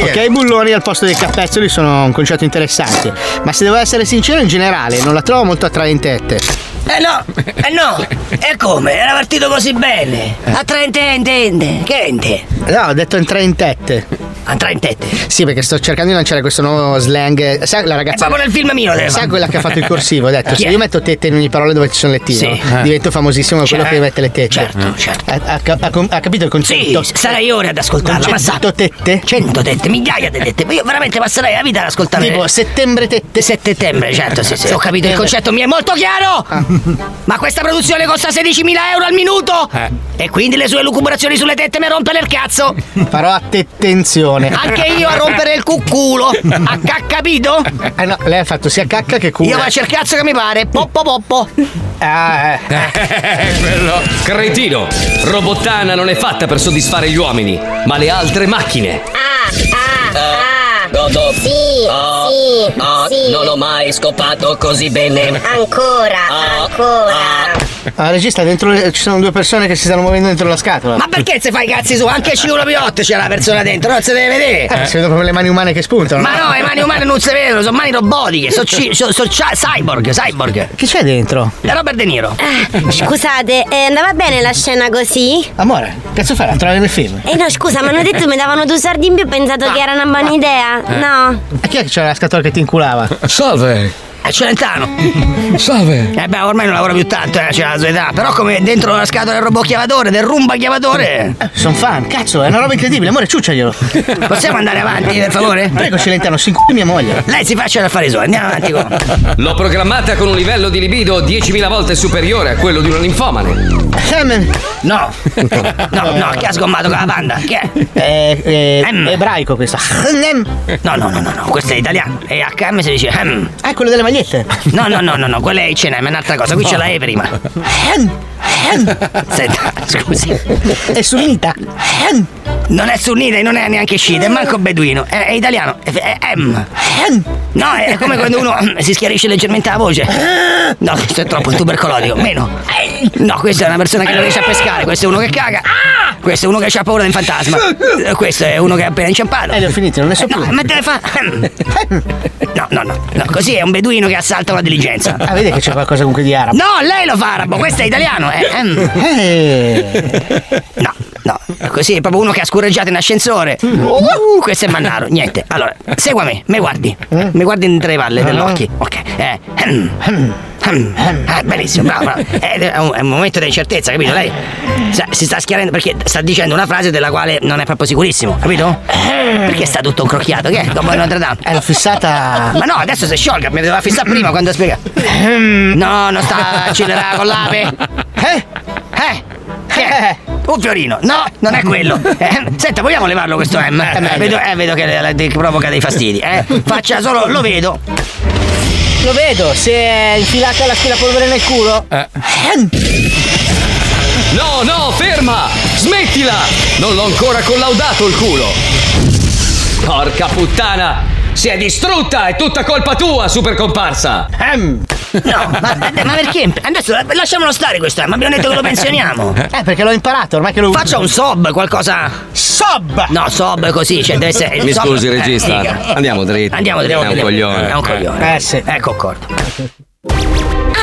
Ok, i bulloni al posto dei capezzoli sono un concetto interessante, ma se devo essere sincero in generale non la trovo molto attraente. Eh no, eh no, e come? Era partito così bene. Attraente, ente, ente, che ente? Eh. No, ho detto entrare in tette. Entrare in tette? Sì, perché sto cercando di lanciare questo nuovo slang. Sai la ragazza. È proprio nel eh, film mio, Leva. Sai quella che ha fatto il corsivo? Ho detto, Chi se è? io metto tette in ogni parola dove ci sono le T, Sì. no? divento famosissimo come quello Certo, che mette le tette. certo, certo. Ha, ha cap- ha com- ha capito il concetto? Sì, sarei ore ad ascoltarla, ma sa. 100 tette? 100 tette, migliaia di tette. Ma Io veramente passerei la vita ad ascoltare. Tipo, settembre tette. Eh. Settembre, certo, sì, Ah. sì. Ho capito il Settembre. concetto, mi è molto chiaro! Ma questa produzione costa 16.000 euro al minuto! E quindi le sue lucubrazioni sulle tette mi rompono il cazzo! Farò attenzione. Anche io a rompere il cuculo! A ca- capito? Eh no, lei ha fatto sia cacca che culo. Io faccio il cazzo che mi pare! Poppo poppo! Ah, eh. Quello. Cretino, Robottana non è fatta per soddisfare gli uomini, ma le altre macchine. Eh, Ah, sì, sì, sì. ah, non ho mai scopato così bene! Ancora, ancora. Ah, regista, dentro le- ci sono due persone che si stanno muovendo dentro la scatola. Ma perché se fai i cazzi su? Anche il Ciclo P8 c'è la persona dentro, non si deve vedere! Eh, si vedono proprio le mani umane che spuntano. Ma no, le mani umane non si vedono, sono mani robotiche, sono cyborg, cyborg. Che c'è dentro? È Robert De Niro. Ah, scusate, eh, andava bene la scena così? Amore, cazzo fai? La trovi nel film? Eh no, scusa, mi hanno detto mi davano due soldi in più, ho pensato che era una buona idea. No. E chi è che c'era la scatola che ti inculava? Salve! Ah, Celentano. Salve. Eh beh, ormai non lavoro più tanto, eh, c'è la sua età. Però come dentro la scatola del robot chiavatore, del rumba chiavatore. Sono fan, cazzo, è una roba incredibile, amore, ciucciaglielo. Possiamo andare avanti, per favore? Prego, Celentano, si inc***i mia moglie. Lei si faccia da fare i suoi, andiamo avanti con. L'ho programmata con un livello di libido 10.000 volte superiore a quello di una linfomane. Semen. No. No, no, chi ha sgommato con la banda? Chi è? È, Eh, ebraico questa. No, no, no, no, no, questo è italiano. E HM si dice hem. Ah, è quello delle magliette. No, no, no, no, no, quella è il cinema, è un'altra cosa. Qui c'è la E prima. Senta, scusi. È sunnita. Non è sunnita e non è neanche sciita, è manco beduino. È, è italiano. È, è M. No, è come quando uno mm, si schiarisce leggermente la voce. Ah. No, questo è troppo, è un tubercolotico. Meno. No, questa è una persona che non riesce a pescare, questo è uno che caga. Questo è uno che ha paura di un fantasma. Eh, Questo è uno che è appena inciampato. Eh, l'ho finito, non ne so più. Eh. No, ma te ne fa. No, no, no, no, così è un beduino che assalta una diligenza. Ah, vedi che c'è qualcosa comunque di arabo. No, lei lo fa arabo, questo è italiano, eh. Ehm. Eh, No, no, mm, così è proprio uno che ha scorreggiato in ascensore. Mm. Uh, questo è Mannaro, niente. Allora, seguami, mi guardi. Eh? Mi guardi in tre palle dell'occhio. Ok. Eh. ehm, Mm. ehm, Mm. ehm. Ah, benissimo, bravo, bravo. Eh, È un, è un momento di incertezza, capito? Lei sa- si sta schiarendo perché sta dicendo una frase della quale non è proprio sicurissimo, capito? Perché sta tutto incrocchiato, che è? Come Notre Dame. Eh, l'ho fissata. Ma no, adesso si sciolga, mi doveva fissare prima quando spiega. No, non sta accelerando con l'ape. Eh? Eh? Che è? Un fiorino, no, non è quello. Eh, senta, vogliamo levarlo questo M? vedo, eh, vedo che le- le- provoca dei fastidi. Eh. Faccia solo, lo vedo. Lo vedo, se è infilata la polvere nel culo. Eh. Ehm. No, no, ferma! Smettila! Non l'ho ancora collaudato il culo! Porca puttana! Si è distrutta! È tutta colpa tua, super comparsa! No, ma, Eh, ma perché? Adesso eh, lasciamolo stare questo M, abbiamo detto che lo pensioniamo. Eh, perché l'ho imparato, ormai che lo uso. Faccia un sob, qualcosa. Sob! No, sob è così, cioè deve essere. Mi sob- scusi, eh, regista. dica. Andiamo dritti. Andiamo dritti. È un coglione. È un Eh. coglione. Eh sì. Ecco, accordo.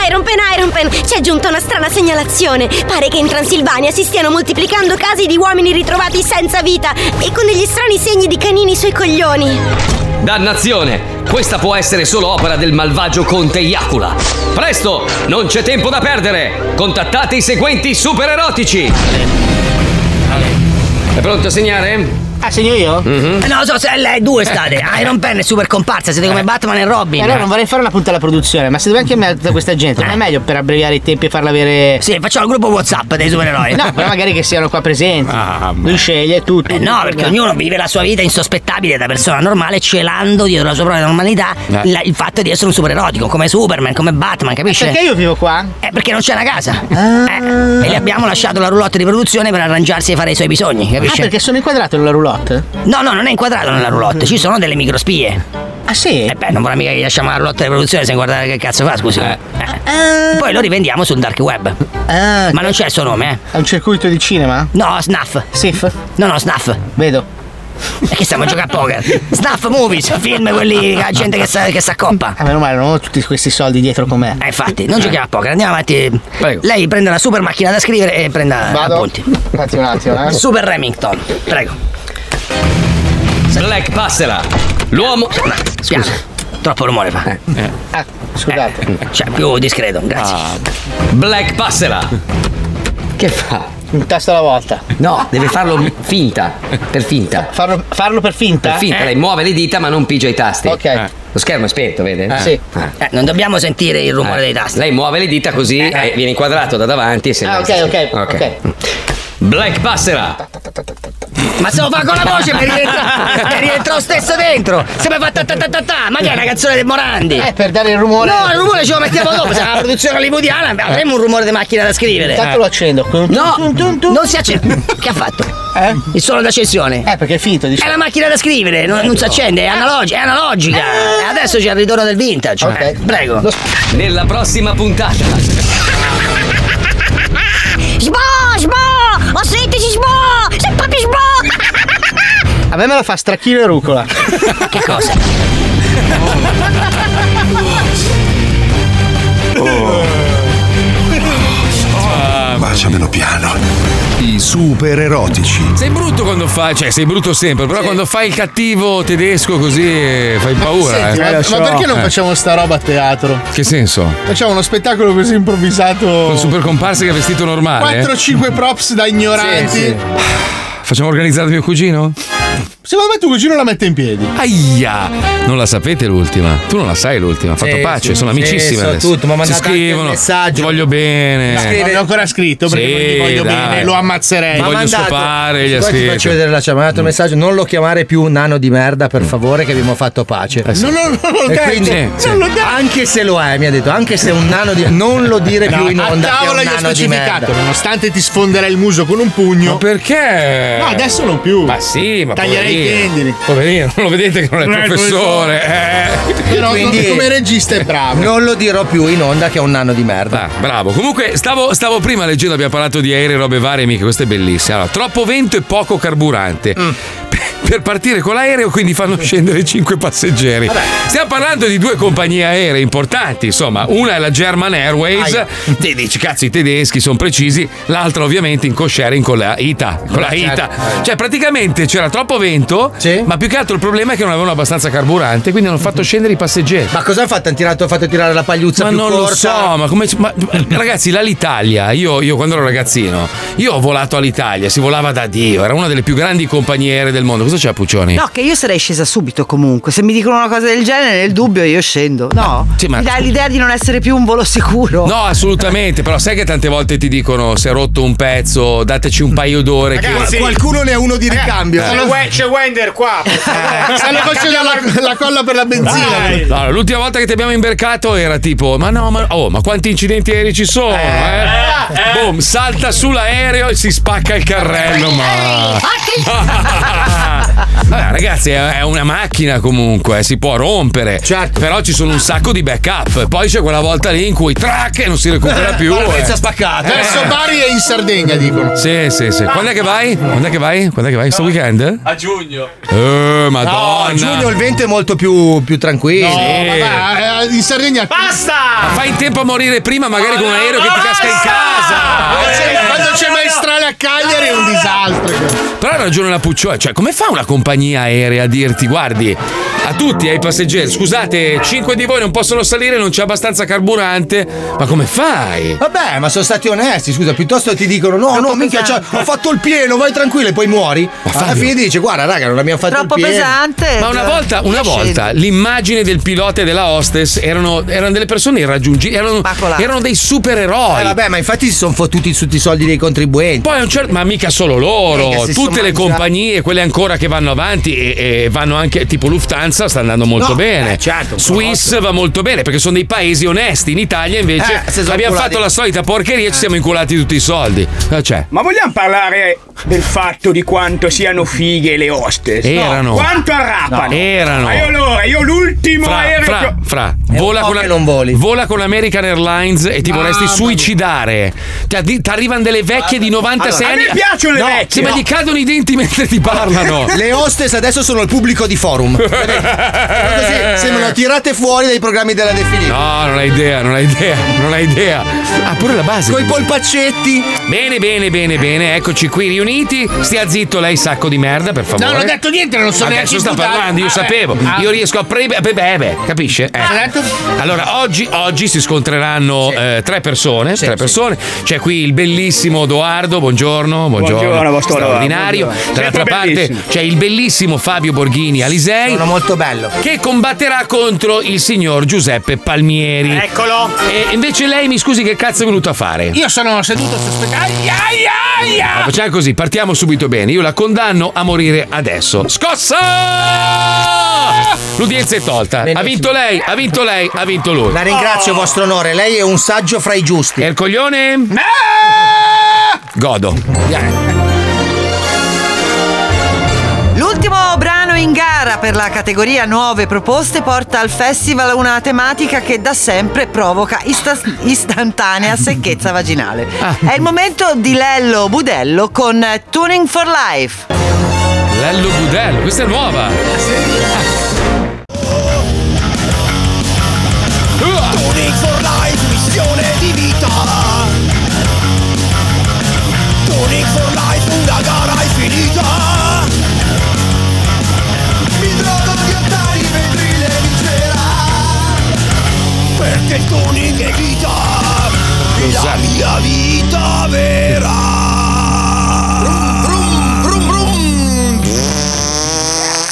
Ironpen, Ironpen, c'è giunta una strana segnalazione. Pare che in Transilvania si stiano moltiplicando casi di uomini ritrovati senza vita e con degli strani segni di canini sui coglioni. Eh. Dannazione! Questa può essere solo opera del malvagio conte Iacula. Presto! Non c'è tempo da perdere! Contattate i seguenti super erotici! È pronto a segnare? Mhm. Ah, segno io? Eh, No, so, se lei due state. Iron Pen è super comparsa, siete Eh. come Batman e E Robin. allora Eh, non vorrei fare una punta alla produzione, ma se dobbiamo chiamare tutta questa gente, non è meglio per abbreviare i tempi e farla avere. Eh. Sì, facciamo il gruppo WhatsApp dei supereroi. Ah, No, però magari che siano qua presenti. Lui sceglie tutto. Eh no, perché ognuno vive la sua vita insospettabile da persona normale, celando dietro la sua propria normalità Eh. la- il fatto di essere un supererotico, come Superman, come Batman, capisci? Perché io vivo qua? Ah. Eh, perché non c'è una casa. Eh, e le abbiamo lasciato la roulotte di produzione per arrangiarsi e fare i suoi bisogni, Ah, capisci? perché sono inquadrato nella roulotte? Mm. No, no, non è inquadrato nella roulotte, ci sono delle microspie. Ah sì? Eh beh, non vorrà mica che gli lasciamo la roulotte di produzione senza guardare che cazzo fa, scusi. Eh. Poi lo rivendiamo sul dark web. Ah, Ma non c'è il suo nome, eh? è un circuito di cinema? No, Snuff. Sif? No, no, Snuff. Vedo. E che stiamo a giocare a poker? Snuff movies, film quelli la gente che sa, che sa coppa. Ah, meno male, non ho tutti questi soldi dietro con me. Eh, infatti, non giochiamo a poker, andiamo avanti. Lei prende la super macchina da scrivere e prenda Vado. appunti. Un attimo, un attimo, eh. Super Remington, prego. Black passera! L'uomo. Scusa. Troppo rumore fa. Ah, scusate. Eh, Cioè, più discreto, grazie. Black passera! Che fa? Un tasto alla volta. No, deve farlo finta. Per finta. Farlo, farlo per finta? Eh. Per finta, lei muove le dita ma non pigia i tasti. Ok. Lo schermo è spento, vede? Eh. Sì. Eh, non dobbiamo sentire il rumore dei tasti. Eh. Lei muove le dita così eh, viene inquadrato da davanti e se Ah, ok, ok, ok. Black passera! Ma se lo fa con la voce mi rientra, mi rientra lo stesso dentro. Se mi fa ta ta ta ta ta, ma che è una canzone del Morandi? Eh, per dare il rumore. No, il rumore ce lo mettiamo dopo, se è una produzione hollywoodiana avremo un rumore di macchina da scrivere. Intanto lo accendo. No, non si accende. Che ha fatto? Eh? Il suono d'accensione. Eh, perché è finito, È diciamo. la macchina da scrivere, non, non si accende, è, analog- è analogica. Adesso c'è il ritorno del vintage. Eh. Ok. Eh, Prego. Nella prossima puntata. Sbo, sbo! Sentiti sbo! Sei proprio sbo! A me me la fa stracchino e rucola. Che cosa? Baciamelo piano. I super erotici. Sei brutto quando fai, cioè sei brutto sempre, però quando fai il cattivo tedesco così eh, fai paura. Senti, eh. ma, ma perché non Eh, facciamo sta roba a teatro? Che senso? Facciamo uno spettacolo così improvvisato. Con super comparsi che è vestito normale? 4-5 props da ignoranti. Facciamo organizzare mio cugino? Secondo me tuo cugino la mette in piedi. Aia! Non la sapete l'ultima? Tu non la sai l'ultima, ha fatto Sì, pace, sì, sono sì, amicissime so adesso. tutto, mi ha Si mandato anche il scrivono, messaggio. ti voglio bene. Dai, non l'ho ancora scritto perché non gli voglio Eh, dai. bene, lo ammazzerei. Ti voglio scopare, gli ha Poi ti faccio scritto. vedere la chat, mi ha mandato un messaggio, non lo chiamare più nano di merda, per favore, che abbiamo fatto pace. Eh, sì. No, no, no, non l'ho E detto. quindi, Sì, sì. Non l'ho detto. Anche se lo è, mi ha detto, anche se è un nano di non lo dire No, più in a onda. che è tavola gli un ho nano di specificato, merda. nonostante ti sfonderai il muso con un pugno. Ma perché? No, adesso non più. Ma sì, ma Taglierei i poverino. tendini. Poverino, non lo vedete che non è Non è il professore. eh. Però Quindi- come regista è bravo. Non lo dirò più in onda che è un nano di merda. Bravo, comunque stavo, stavo prima leggendo, abbiamo parlato di aerei, robe varie, mica, questa è bellissima. Allora, troppo vento e poco carburante. Per partire con l'aereo, quindi fanno scendere 5 passeggeri. Stiamo parlando di due compagnie aeree importanti, insomma, una è la German Airways, te dici cazzo i tedeschi sono precisi, l'altra ovviamente in co-sharing con la ITA. Con la Certo. ITA. Cioè praticamente c'era troppo vento, ma più che altro il problema è che non avevano abbastanza carburante, quindi hanno fatto scendere i passeggeri. Ma cosa hanno fatto? Hanno tirato- fatto tirare la pagliuzza Ma più non lo corta? so, ma come. ma- ragazzi, l'Alitalia, io, io quando ero ragazzino, io ho volato all'Italia, si volava da Dio, era una delle più grandi compagnie aeree del mondo. Cosa c'è, Puccioni? No, che io sarei scesa subito comunque. Se mi dicono una cosa del genere, nel dubbio io scendo. No, Sì, ma- mi dà l'idea di non essere più un volo sicuro. No, assolutamente, però sai che tante volte ti dicono se è rotto un pezzo, dateci un paio d'ore. che- Ragazzi, Qualcuno ne ha uno di ricambio. Eh. C'è Wender qua. Stanno facendo la, la colla per la benzina. No, l'ultima volta che ti abbiamo imbercato era tipo: Ma no, ma, oh, ma quanti incidenti aerei ci sono? Eh? Boom, salta sull'aereo e si spacca il carrello. Ma. Vabbè, ragazzi, è è una macchina comunque, eh, si può rompere. Certo. Però ci sono un sacco di backup. Poi c'è quella volta lì in cui track e non si recupera più. Parvenza eh. spaccata. Eh. Verso Bari e in Sardegna, dicono. Sì, sì, sì. Quando è che vai? Quando è che vai? Quando è che vai? Sto weekend? A giugno. Eh, madonna. No, a giugno il vento è molto più, più tranquillo. Eh, in Sardegna. Basta! Fai in tempo a morire prima, magari con un aereo che ti casca in casa. Quando c'è maestrale a Cagliari è un disastro. Però ha ragione la Puccioli, cioè come fa una compagnia aerea a dirti guardi a tutti, ai passeggeri, scusate, 5 di voi non possono salire, non c'è abbastanza carburante, ma come fai? Vabbè, ma sono stati onesti, scusa, piuttosto ti dicono no, no, minchia, cioè, ho fatto il pieno, vai tranquillo e poi muori. Alla fine dice, guarda raga, non abbiamo fatto il pieno. Ma cioè, una volta, una volta l'immagine del pilota e della hostess erano, erano delle persone irraggiungibili, erano, erano dei supereroi. Eh, vabbè, ma infatti si sono fottuti tutti i soldi dei contribuenti. Poi a un certo ma mica solo loro, Mica si sono tutte le mangiati. compagnie, quelle ancora che vanno avanti e, e vanno anche tipo Lufthansa sta andando molto No, bene. eh, certo, Swiss va molto bene perché sono dei paesi onesti. In Italia invece Eh, se sono abbiamo culati. fatto la solita porcheria e ci siamo inculati tutti i soldi. Eh, Cioè, Ma vogliamo parlare del fatto di quanto siano fighe le hostess? Erano. Quanto arrapano? No. Erano. Ma io allora, io l'ultimo fra, aereo che fra, ho- fra, vola con, vola con American Airlines e ti Mamma vorresti mia. suicidare. Ti addi- ti arrivano delle vecchie di 96 Allora, a anni. me piacciono le No, vecchie. Sì, ma No. gli cadono i denti mentre ti parlano. Le hostess adesso sono il pubblico di forum. Così sembrano tirate fuori dai programmi della definitiva. No, non hai idea, non hai idea, non hai idea. Ah, pure la base. Coi polpaccetti. Bene, bene, bene, bene. Eccoci qui riuniti. Stia zitto lei, sacco di merda, per favore. No, non ho detto niente, non so neanche Adesso sta imputato. parlando, io Ah, sapevo. beh. Ah. Io riesco a pre... eh, Beh, beh, beh, capisce? Eh. Allora, oggi, oggi si scontreranno eh, tre persone. tre persone. C'è qui il bellissimo Doardo, buongiorno. Buongiorno, Buongiorno, vostro straordinario. Doardo, buongiorno. Dall'altra Sempre parte bellissimo. c'è il bellissimo Fabio Borghini Alisei. Sono molto bello. Che combatterà contro il signor Giuseppe Palmieri. Eccolo. E invece lei, mi scusi, che cazzo è venuto a fare? Io sono seduto sospettato. Ah, facciamo così, partiamo subito bene. Io la condanno a morire adesso. Scossa! L'udienza è tolta. Ha vinto lei, ha vinto lei, ha vinto lui. La ringrazio, vostro onore. Lei è un saggio fra i giusti. E il coglione? Godo. L'ultimo brano in gara per la categoria Nuove Proposte porta al festival una tematica che da sempre provoca ista- istantanea secchezza vaginale. È il momento di Lello Budello con Tuning for Life. Lello Budello, questa è nuova. Tonic for life, missione di vita Tonic for life, canzoni che vita è la mia vita vera Brum, brum, brum,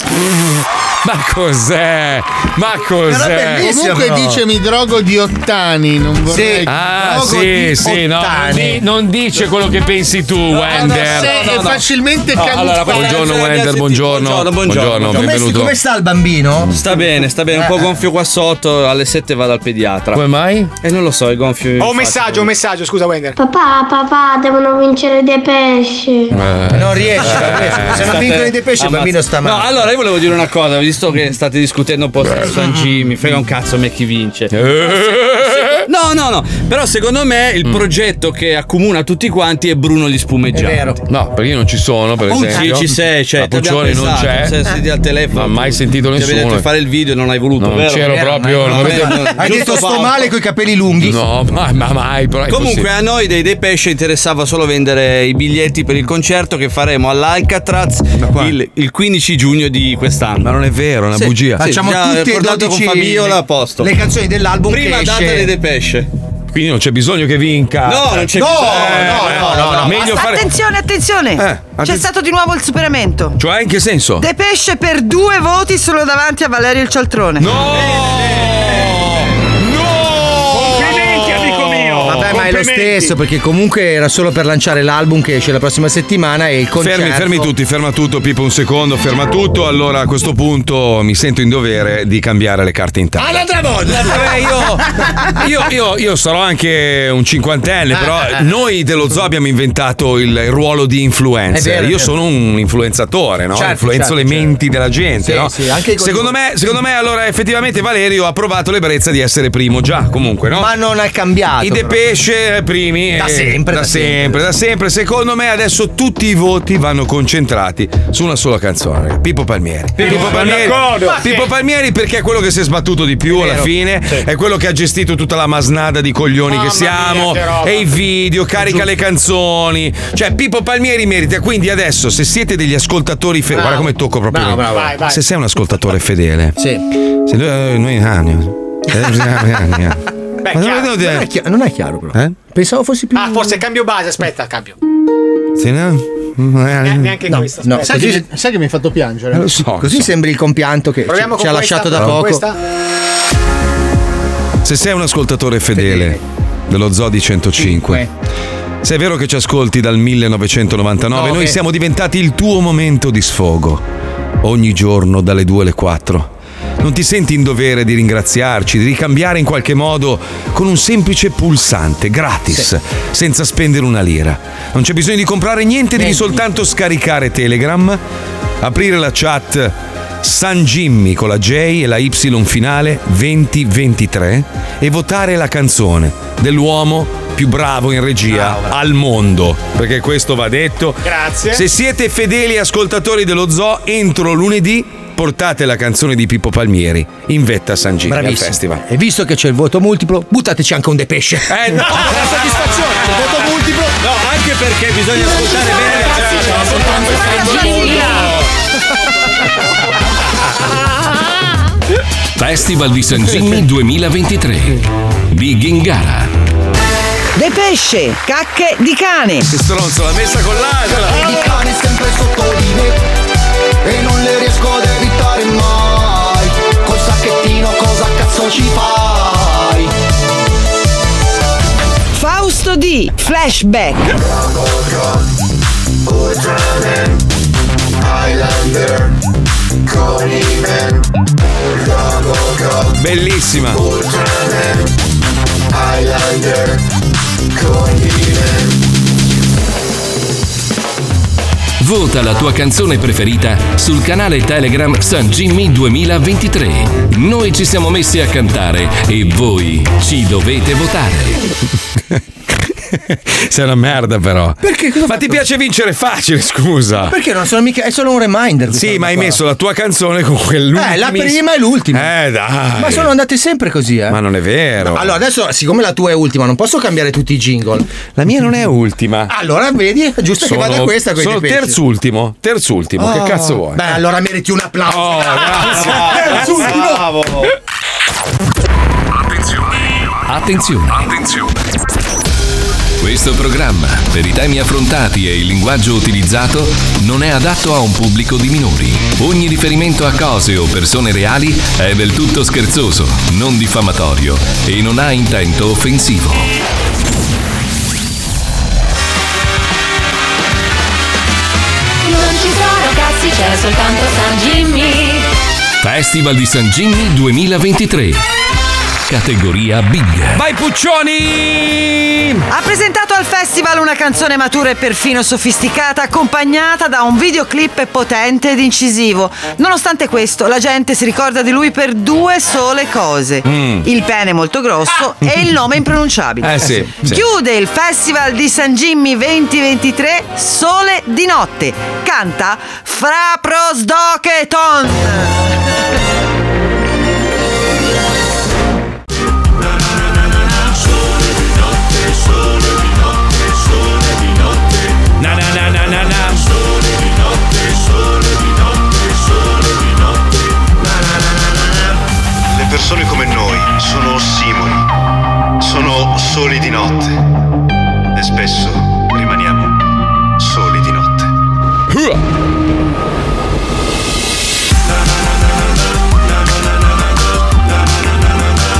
brum. Ma cos'è? Ma cos'è? Comunque dice mi drogo di ottani, non vorrei. Ah, Drogo sì, di sì, no, non, ottani. di- non dice quello che pensi tu, Wender. se è facilmente No, allora, camuffabile. buongiorno, Ragazzi, Wender, sì, buongiorno. buongiorno, buongiorno. Come- benvenuto. Come sta il bambino? Eh. Sta bene, sta bene, un po' gonfio qua sotto, alle 7 vado al pediatra. Come mai? E non lo so, è gonfio. Ho un messaggio, un messaggio, scusa Wender. Papà, papà, devono vincere dei pesci. Eh, Non riesce, non riesce. Se non vincono i De Pesce, il bambino sta male. No, allora io volevo dire una cosa, visto che state discutendo un po' su San G, mi frega un cazzo a me chi vince. Eh. No, no, no, però secondo me il progetto che accomuna tutti quanti è Bruno gli spumeggianti. Mm. È vero. No, perché io non ci sono, per Pucci esempio. ci sei, cioè, Ma t'abbiamo Puccioni non pensato, c'è. sei seduti al telefono. Non ho mai sentito Ti nessuno. avevo detto di fare il video, non hai voluto. Non vero? c'ero Vero, proprio. ma- non ma- vedevo- Hai Giusto detto sto Paolo. male coi capelli lunghi. No, ma, ma mai, però. è Comunque possibile. a noi dei Dei Pesce interessava solo vendere i biglietti per il concerto che faremo all'Alcatraz il, il 15 giugno di quest'anno. Ma non è vero, è Sì, Facciamo tutti e con 12 Fabiola a posto. Le canzoni dell'album Prima che data esce. dei Dei Pesce. Quindi non c'è bisogno che vinca. No, non c'è Ah, eh. No, Eh, bisogno. no, no, no, no. Meglio Basta, fare- Attenzione, attenzione! C'è attenzione. stato di nuovo il superamento. Cioè, in che senso? De Pesce per due voti solo davanti a Valerio il Cialtrone. Complimenti, amico mio. Oh. Vabbè, ma è lo Complimenti. stesso, perché comunque era solo per lanciare l'album che esce la prossima settimana e il concerto. Fermi, fermi tutti, ferma tutto, Pippo un secondo, ferma tutto. Allora a questo punto mi sento in dovere di cambiare le carte in tavola. Alla tramonda! Vabbè, io, Io, io- io sarò anche un Ah, cinquantenne, però noi dello zoo abbiamo inventato il il ruolo di influencer. È vero, è io vero. sono un influenzatore, no? Certo, certo, Influenzo le menti della gente. Sì, no? sì, anche i secondo, contenuti. me, secondo me, allora, effettivamente Valerio ha provato l'ebbrezza di essere primo già, comunque, no? Ma non ha cambiato. I De Pesce eh, primi. Da eh, sempre, Da, da sempre, sempre. da sempre. Secondo me adesso tutti i voti vanno concentrati su una sola canzone. Pippo Palmieri. Pippo Palmieri. Ma sì. Pippo Palmieri perché è quello che si è sbattuto di più alla vero. fine. È quello che ha gestito tutta la masnada di coglioni che siamo. che roba. e i video, carica le canzoni. Cioè, Pippo Palmieri merita. Quindi adesso, se siete degli ascoltatori fedeli. Guarda come tocco proprio. Bravo, bravo. Vai, vai. Se sei un ascoltatore fedele. Sì. Se noi, eh, noi ah, Eh, Beh, Ma chiaro. non vedo- Non è chiaro- non è chiaro, però. Eh? Pensavo fossi più. Ah, forse cambio base, aspetta, cambio. Sì, no? Mm, eh, Ne- Eh, neanche No, questo. no, aspetta. così- Sai che- Sai che mi hai fatto Eh, piangere? Così sembri il compianto che ci, Proviamo con ci ha questa, lasciato da con poco. questa. Se sei un ascoltatore fedele dello Zoo di 105, se è vero che ci ascolti dal 1999, Nove. noi siamo diventati il tuo momento di sfogo. Ogni giorno dalle 2 alle 4. Non ti senti in dovere di ringraziarci, di ricambiare in qualche modo con un semplice pulsante, gratis, senza spendere una lira. Non c'è bisogno di comprare niente, devi soltanto scaricare Telegram, aprire la chat San Jimmy con la J e la Y finale 2023 e votare la canzone dell'uomo più bravo in regia al mondo, perché questo va detto. Grazie. Se siete fedeli ascoltatori dello zoo, entro lunedì portate la canzone di Pippo Palmieri in vetta a San Gino al Bravissimo. festival. E visto che c'è il voto multiplo, buttateci anche un De Pesce. Eh no, la soddisfazione, il voto multiplo. No, anche perché bisogna ascoltare bene la cioè, Festival di San Gimmi 2023. Di Gingara. De Pesce, cacche di cane. Stronzo, l'ha messa con l'altra. Di cane sempre sotto di me E non le riesco ad evitare mai Col sacchettino cosa cazzo ci fai? Fausto D, flashback. Highlander Con i men Robocop Bellissima. Ultraman Highlander Con i men Vota la tua canzone preferita sul canale Telegram San Jimmy 2023. Noi ci siamo messi a cantare e voi ci dovete votare. Sei una merda però. Perché cosa ho Ma ti piace vincere facile, scusa. Perché non sono mica. È solo un reminder. Sì, ma hai messo la tua canzone con quell'ultima. Eh, la prima e l'ultima. Eh, dai. Ma sono andate sempre così, eh. Ma non è vero. Allora, adesso, siccome la tua è ultima, non posso cambiare tutti i jingle. La mia non è ultima. Allora, vedi, è giusto Sono- che vada questa. coi Sono De Pesce. terzultimo. Terzultimo. Oh. Che cazzo vuoi? Oh, Beh, allora meriti un applauso. grazie. Terzultimo. Bravo. Attenzione. Questo programma, per i temi affrontati e il linguaggio utilizzato, non è adatto a un pubblico di minori. Ogni riferimento a cose o persone reali è del tutto scherzoso, non diffamatorio e non ha intento offensivo. Non ci sono cazzi, c'è soltanto San Jimmy. Festival di San Gimmi 2023. Categoria Big. Vai Puccioni! Ha presentato al festival una canzone matura e perfino sofisticata, accompagnata da un videoclip potente ed incisivo. Nonostante questo, la gente si ricorda di lui per due sole cose: il pene molto grosso e il nome impronunciabile. Mm. Ah! Eh sì, sì. Chiude il Festival di San Gimmi 2023 Sole di notte. Canta Fra Prosdocheton. Na na na na na na. Le persone come noi sono ossimoni, sono soli di notte e spesso rimaniamo soli di notte.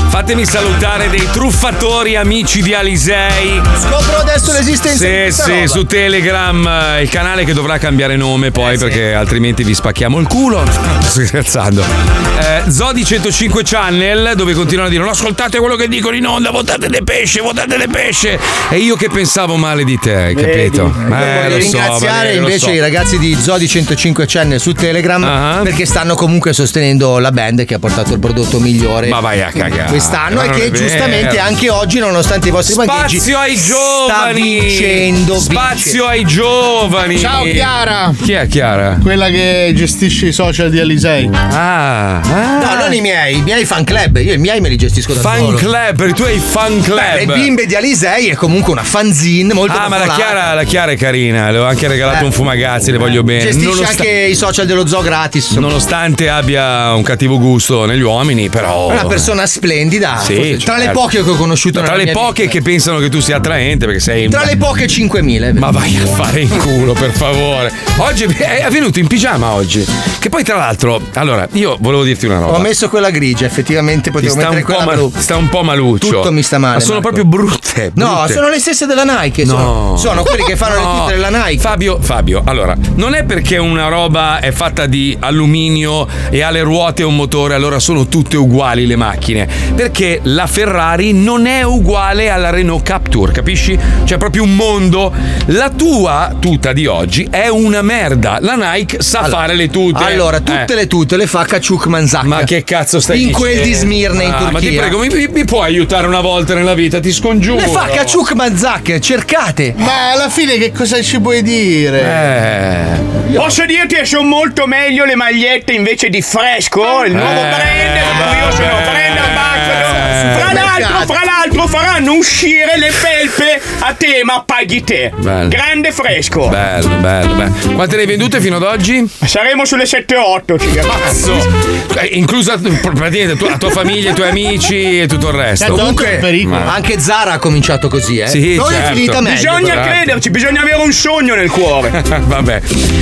Fatemi salutare dei truffatori amici di Alisei. Scopro adesso l'esistenza di Sì, questa sì, roba. su Telegram, eh, il canale che dovrà cambiare nome Eh, poi perché altrimenti vi spacchiamo il culo. No, Sto scherzando. Eh, Zodi 105 Channel, dove continuano a dire: "No, ascoltate quello che dicono in onda, votate le pesce, votate le pesce. E io che pensavo male di te, hai capito? Eh, Voglio lo so, ringraziare Valerio, lo invece so. Ah. i ragazzi di Zodi 105 Channel su Telegram perché stanno comunque sostenendo la band che ha portato il prodotto migliore Ma vai a cagare. quest'anno Ma e non è che vero. giustamente anche oggi nonostante i vostri bancheggi Spazio ai giovani! sta vincendo Spazio ai giovani! Ciao, Chiara. Chi è Chiara? Quella che gestisce i social di Alisei. Ah, No, non i miei, i miei fan club, io i miei me li gestisco da Fan solo. club, per i tuoi fan club. Beh, le bimbe di Alisei è comunque una fanzine molto Ah, ma la popolare. Chiara, la Chiara è carina, le ho anche regalato Eh. un fumagazzi, le voglio bene. Gestisce Nonost- anche i social dello zoo gratis. Nonostante abbia un cattivo gusto negli uomini, però. È una persona splendida. Sì, forse- tra le certo. poche che ho conosciuto Tra nella le mia poche che pensano che tu sia attraente, perché sei. Tra le poche 5.000. Ma vai a fare in culo, per favore. Oggi è è venuto in pigiama oggi. Che poi, tra l'altro, allora, io volevo dirti una roba. Ho messo quella grigia, effettivamente Ti Oh, potevo sta mettere un, po quella mal- blu. ti sta un po' maluccio. Tutto mi sta male, Ma sono Marco. proprio brutte. No, brutte. sono le stesse della Nike. Sono, sono quelli che fanno le No. tutte della Nike. Fabio, Fabio, allora, non è perché una roba è fatta di alluminio e ha le ruote e un motore, allora sono tutte uguali le macchine. Perché la Ferrari non è uguale alla Renault Capture, capisci? C'è proprio un mondo. La tua tuta di oggi è una merda. La Nike sa fare le tute. Allora, tutte Eh. le tutte le fa Kacuk Manzak. Ma che cazzo stai In quel di dicendo? Smirne in Ah, Turchia. Ma ti prego, mi, mi- mi puoi aiutare una volta nella vita? Ti scongiuro. Le fa Kacuk Manzak, cercate. Ma alla fine che cosa ci puoi dire? Posso dirti che sono molto meglio le magliette invece di Fresco, il Eh. nuovo brand per cui io sono brand ambassador. Eh. Fra l'altro, fra l'altro faranno uscire le felpe a tema paghi te. Bello. Grande Fresco. Bello, bello, bello. Quante ne hai vendute fino ad oggi? Saremo sulle 7-8, ci Cazzo! Eh, Inclusa pr- praticamente tu- la tua famiglia, i tuoi amici e tutto il resto. Certo, Comunque, Ma- anche Zara ha cominciato così, eh. Sì, Poi è certo. finita meglio. Bisogna però. eh. credere. Crederci, bisogna avere un sogno nel cuore. Vabbè.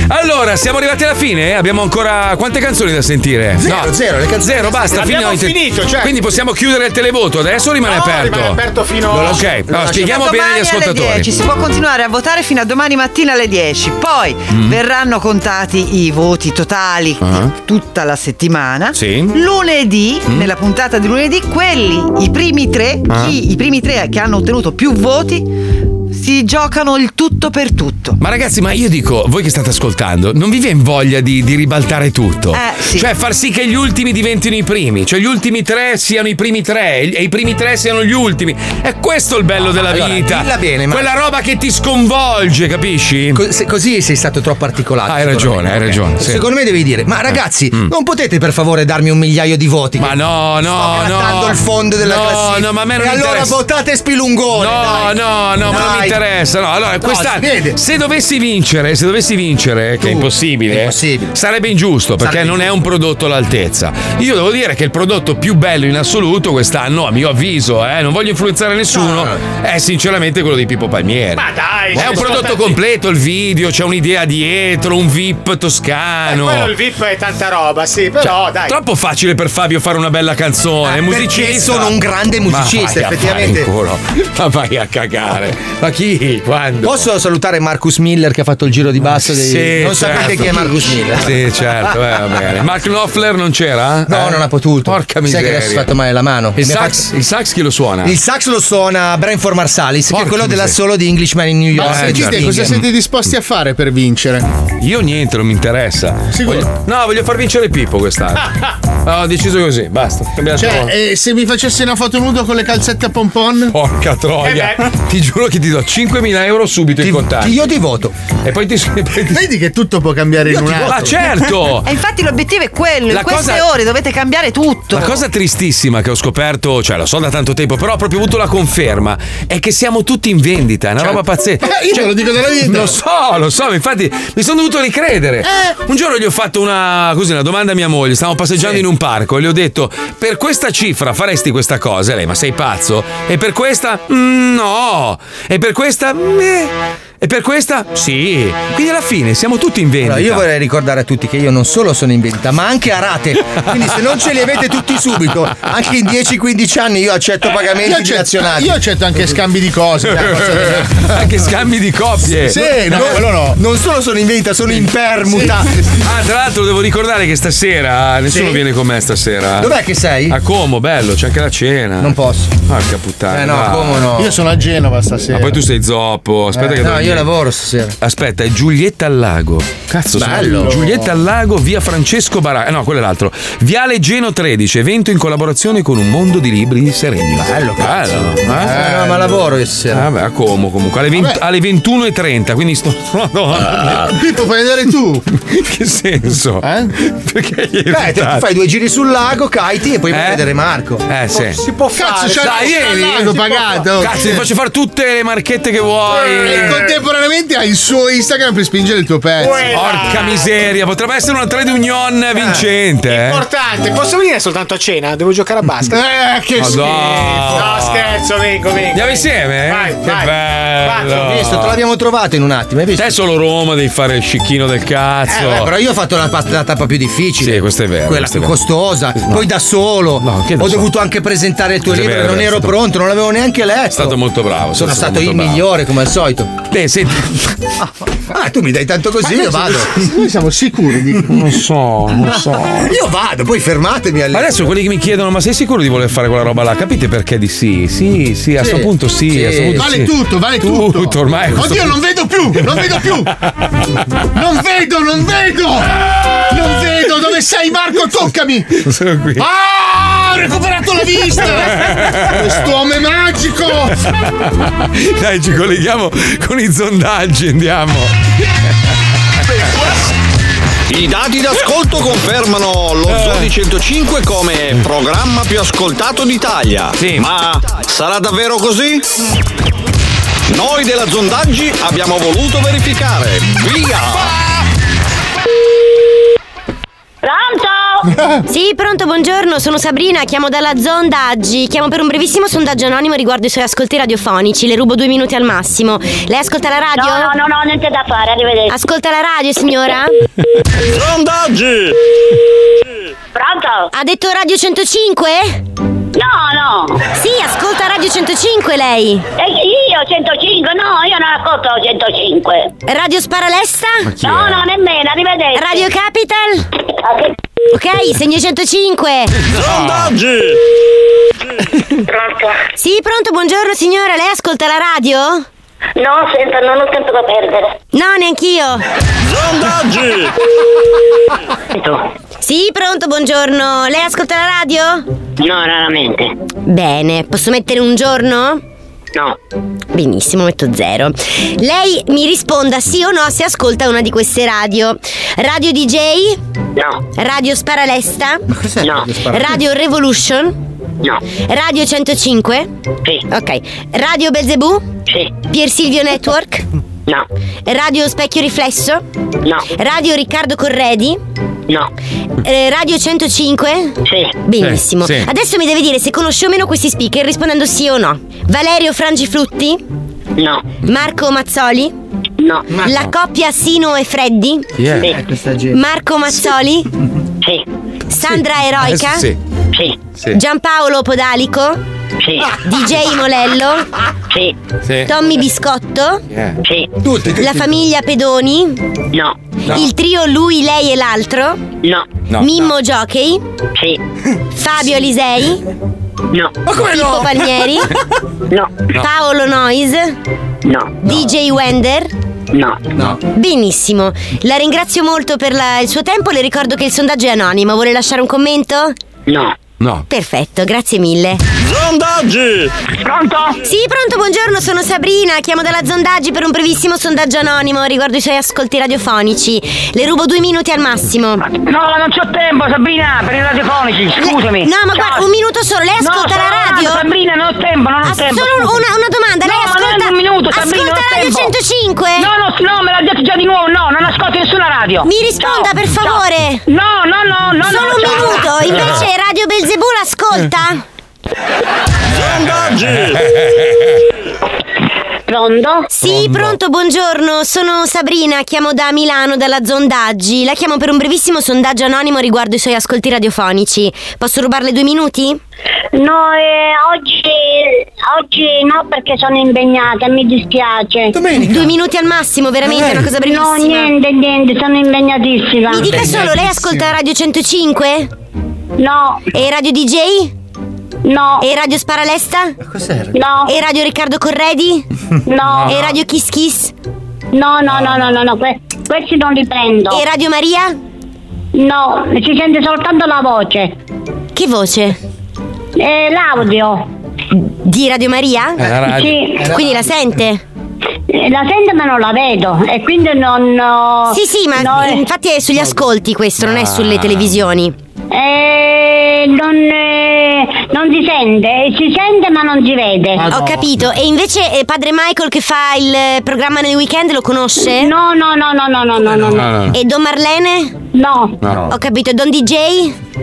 Allora, siamo arrivati alla fine. Abbiamo ancora quante canzoni da sentire? Zero, zero, le canzoni- Zero, basta. Abbiamo fino ai- finito, cioè- Quindi possiamo chiudere il televoto. Adesso rimane No, aperto. rimane aperto fino- Ok, Lo lascio- allora, lo lascio- spieghiamo Da bene agli domani ascoltatori. Alle 10 si può continuare a votare fino a domani mattina alle 10. Poi Mm. verranno contati i voti totali Ah. di tutta la settimana. Sì. Mm. Lunedì, nella puntata di lunedì, quelli, i primi tre, Ah. chi- i primi tre che hanno ottenuto più voti, si giocano il tutto per tutto. Ma ragazzi, ma io dico, voi che state ascoltando, non vi viene voglia di, di ribaltare tutto? Eh, sì. Cioè, far sì che gli ultimi diventino i primi, cioè gli ultimi tre siano i primi tre e i primi tre siano gli ultimi. È questo il bello della allora, vita. dilla bene, ma- Quella roba che ti sconvolge, capisci? Co- se- così sei stato troppo articolato. Hai ragione, hai ragione. sì. Secondo me devi dire, ma ragazzi, Eh, mm. non potete per favore darmi un migliaio di voti? Ma no, no, Sto grattando no. il fondo della No, classifica. no, ma a me non E allora interessa. votate Spilungone. No, dai. no, no, ma non mi Dai, interessa, no. Allora, No, quest'anno, si vede. se dovessi vincere, se dovessi vincere, che è impossibile, sarebbe ingiusto perché Sarebbe non è un prodotto all'altezza. Io devo dire che il prodotto più bello in assoluto quest'anno, a mio avviso, eh, non voglio influenzare nessuno, è sinceramente quello di Pippo Palmieri. Ma dai, cioè, è un sono prodotto stati- completo, il video, c'è un'idea dietro, un VIP Eh, toscano. Eh, Quello il VIP è tanta roba, sì, Cioè, però dai. Troppo facile per Fabio fare una bella canzone. è musicista. Ah, sono un grande musicista, Ma vai a fare effettivamente. in culo. Ma vai a cagare. Ma chi? Quando? Posso salutare Marcus Miller che ha fatto il giro di basso? Dei... Sì, non sapete certo. chi è Marcus Miller? Sì, certo, eh, va bene. Mark Knopfler non c'era? No, Eh? non ha potuto. Porca Sai miseria. che adesso si è fatto male la mano. Il Mi ha sax, il sax chi lo suona? Il sax lo suona Branford Marsalis, che è quello miseria. dell'assolo di Englishman in New York. Ma sentite, Sting. cosa siete disposti a fare per vincere? Io niente, non mi interessa. Sicuro? Voglio- No, voglio far vincere Pippo quest'anno. Ah, ho deciso così, basta. Cambiamo Cioè, tavola. eh, se mi facessi una foto nudo con le calzette a pompon? Porca troia. ti giuro che ti do 5.000 euro subito in contatto. io eh ti voto. E poi ti. Vedi che tutto può cambiare Io in un ti voto. attimo. Ma certo! E infatti l'obiettivo è quello, La in queste cosa- ore dovete cambiare tutto. La cosa tristissima che ho scoperto, cioè lo so da tanto tempo, però ho proprio avuto la conferma, è che siamo tutti in vendita, è una roba pazzesca. Cioè, Eh, io te lo dico dalla vita. Lo so, lo so, ma infatti mi sono dovuto ricredere. Eh, Un giorno gli ho fatto una, così, una domanda a mia moglie, stavamo passeggiando in un parco e le ho detto, per questa cifra faresti questa cosa? E lei, ma sei pazzo? E per questa? "Mm, no. E per questa? "Mm, eh." E per questa? Sì. Quindi alla fine siamo tutti in vendita. Allora, io vorrei ricordare a tutti che io non solo sono in vendita, ma anche a rate. Quindi se non ce li avete tutti subito, anche in 10-15 anni io accetto pagamenti Io dilazionati. accetto, io accetto anche scambi di cose. dai, cose- Anche scambi di coppie. Sì, no, quello no. Non solo sono in vendita, sono in permuta. Ah, tra l'altro devo ricordare che stasera ah, nessuno Sì. viene con me stasera. Dov'è che sei? A Como, bello, c'è anche la cena. Non posso. Porca puttana. Eh no, a dai. Como no. Io sono a Genova Ma stasera. poi tu sei zoppo. Aspetta Eh, che no, dormi. io lavoro stasera. Aspetta, è Giulietta al lago. Cazzo, sono- Bello. Giulietta al lago, via Francesco Baracca. No, quello è l'altro. Viale Geno 13, evento in collaborazione con un mondo di libri di Seregno. Bello, bello. Eh, no, ma lavoro io stasera. Vabbè, Ah, a Como comunque. Alle, 20 alle 21.30, quindi sto. Ah. Madonna. Pippo, fai vedere tu. Eh? che senso? Perché gli Beh, te- tu fai due giri sul lago, kiti e poi vai a vedere Marco. esatto. Eh, cioè, sì. Si può Cazzo, fare. c'è Dai, il ieri- lago si può pagato. Eh, fare. Cazzo, ti faccio fare tutte le marchette che vuoi. E contemporaneamente hai il suo Instagram per spingere il tuo pezzo. Porca miseria, potrebbe essere una trade union vincente. eh. Importante, posso venire soltanto a cena? Devo giocare a basket. eh, che Ma schifo. dai. No, scherzo, vengo, vengo. Andiamo insieme? eh? Vai, che vai. bello. Hai visto, te l'abbiamo trovato in un attimo, hai visto? Te solo Roma devi fare il scicchino del Eh, cazzo. beh, però io ho fatto la, pa- la tappa più difficile. Sì, questo è vero. quella questo più è vero. costosa, poi da solo. che da ho solo? dovuto anche presentare il tuo È libro, vero, non è ero stato- pronto, non l'avevo neanche letto. È È stato molto bravo. Sono stato il migliore. migliore come al solito. Beh, senti. Ah, tu mi dai tanto così, io vado. Noi siamo sicuri di. Non so, non Io vado, poi fermatemi alle... Ma adesso quelli che mi chiedono, ma sei sicuro di voler fare quella roba là? Capite perché di sì? Sì, sì, a Sì. sto punto sì. Sì. a sto punto Vale sì. tutto, vale tutto. tutto. ormai. a questo Oddio, non vedo più! Non vedo più! Non vedo, non vedo! Non vedo! Dove sei, Marco? Toccami! punto Sono qui. Ah, ho recuperato la vista! Quest'uomo è magico! Dai, ci colleghiamo con i sondaggi, andiamo. I dati d'ascolto confermano Eh. lo Zoo di 105 come programma più ascoltato d'Italia. Mm. Sì. Ma sarà davvero così? Noi della Zondaggi abbiamo voluto verificare. Via! Pronto? Sì, pronto, buongiorno, sono Sabrina, chiamo dalla Zondaggi. Chiamo per un brevissimo sondaggio anonimo riguardo i suoi ascolti radiofonici. Le rubo due minuti al massimo. Lei ascolta la radio? No, no, no, no, niente da fare, arrivederci. Ascolta la radio, signora? Zondaggi! Pronto? Ha detto Radio 105? No, no. Sì, ascolta Radio 105 lei. E io 105, no, io non ascolto 105. Radio Sparalessa? chi No, è? no, nemmeno, arrivederci. Radio Capital? Ok, segno 105. Zondaggi! Sì, pronto, buongiorno signora, lei ascolta la radio? No, senta, non ho tempo da perdere. No, neanch'io. Zondaggi! Sì, pronto, buongiorno. Lei ascolta la radio? No, raramente. Bene, posso mettere un giorno? No. Benissimo, metto zero. Lei mi risponda sì o no se ascolta una di queste radio. Radio DJ? No. Radio Sparalesta? No. Radio Revolution? No. Radio 105? Sì. Ok. Radio Belzebù? Sì. Pier Silvio Network? No. Radio Specchio Riflesso? No. Radio Riccardo Corredi? No. Radio 105? Sì. Benissimo. Sì, sì. Adesso mi deve dire se conosce o meno questi speaker rispondendo sì o no. Valerio Frangiflutti? No. Marco Mazzoli? No. La coppia Sino e Freddi? Chi è? Sì. Eh, questa gente. Marco Mazzoli? Sì. Sandra Sì. Eroica? Adesso Eh, sì. Sì. Sì. Giampaolo Podalico? Sì. DJ Molello? Sì. Sì. Tommy Biscotto? Yeah. Sì. Tutti, tutti. La famiglia Pedoni? No. No. Il trio lui, lei e l'altro? No. No. Mimmo Jockey? Sì. Fabio Alisei? No. Ma come no? Pippo Palmieri? no. Paolo Noise? No. DJ Wender? No. No. Benissimo, la ringrazio molto per la- il suo tempo, le ricordo che il sondaggio è anonimo, vuole lasciare un commento? No. No. Perfetto, grazie mille. Sondaggi! Pronto? Sì, pronto, buongiorno, sono Sabrina, chiamo dalla Zondaggi per un brevissimo sondaggio anonimo riguardo i suoi ascolti radiofonici. Le rubo due minuti al massimo. No, non c'ho tempo, Sabrina, per i radiofonici, scusami. No, ma Ciao. guarda, un minuto solo, lei No, ascolta sto la lavorando, radio? Sabrina, non ho tempo, non ho Ah, tempo. Solo scusa. una, una domanda, No, lei ma non è ascolta, un minuto, Sabrina, ascolta non ho Radio tempo. 105? No, no, no, me l'ha detto già di nuovo, no, non ascolti nessuna radio. Mi risponda, Ciao, per ciao. favore. No, no, no, no, Solo no, un ciao. minuto, invece Radio Belzebù l'ascolta? Pronto? Sì, pronto, buongiorno. Sono Sabrina, chiamo da Milano, dalla Zondaggi. La chiamo per un brevissimo sondaggio anonimo riguardo i suoi ascolti radiofonici. Posso rubarle due minuti? No, eh, oggi, oggi no perché sono impegnata, mi dispiace. Due minuti al massimo, veramente, Eh. una cosa No, brevissima. niente, niente, sono impegnatissima. Mi dica solo, lei ascolta Radio 105? No. E Radio DJ? No. E Radio Sparalesta? Cos'era? No. E Radio Riccardo Corredi? No. E Radio Kiss Kiss? No, no, no, no, no, no, que- questi non li prendo. E Radio Maria? No, si sente soltanto la voce. Che voce? Eh, l'audio. Di Radio Maria? Eh, la radio. Sì. Eh, la Quindi la sente? Eh, La sento ma non la vedo e quindi non... no, Sì, sì, ma no, eh, infatti è sugli ascolti questo, non è sulle Ah. televisioni. eh, non, eh, non si sente, eh, si sente ma non si vede. Ho capito. E invece eh, padre Michael che fa il eh, programma nel weekend lo conosce? No, no, no, no, no, no, no, no. No, no. E Don Marlene? No. No. Ho capito. E Don DJ?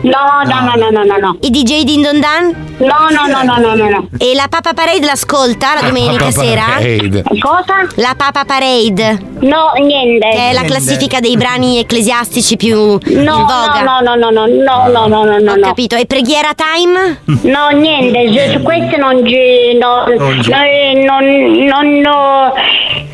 No, no, no, no, no, no, no. I DJ di Don Dan? No, no, no, no, no, no, no. E la Papa Parade l'ascolta la domenica Papa sera? Parade. Cosa? La Papa Parade. No, niente. Che è la Niente. classifica dei brani ecclesiastici più in No, voga. no, no, no, no, no, no, no, no, no. Ho capito. E preghiera time? No, niente, su, su questo non ci. No, Non ci- no, eh, non, non, no,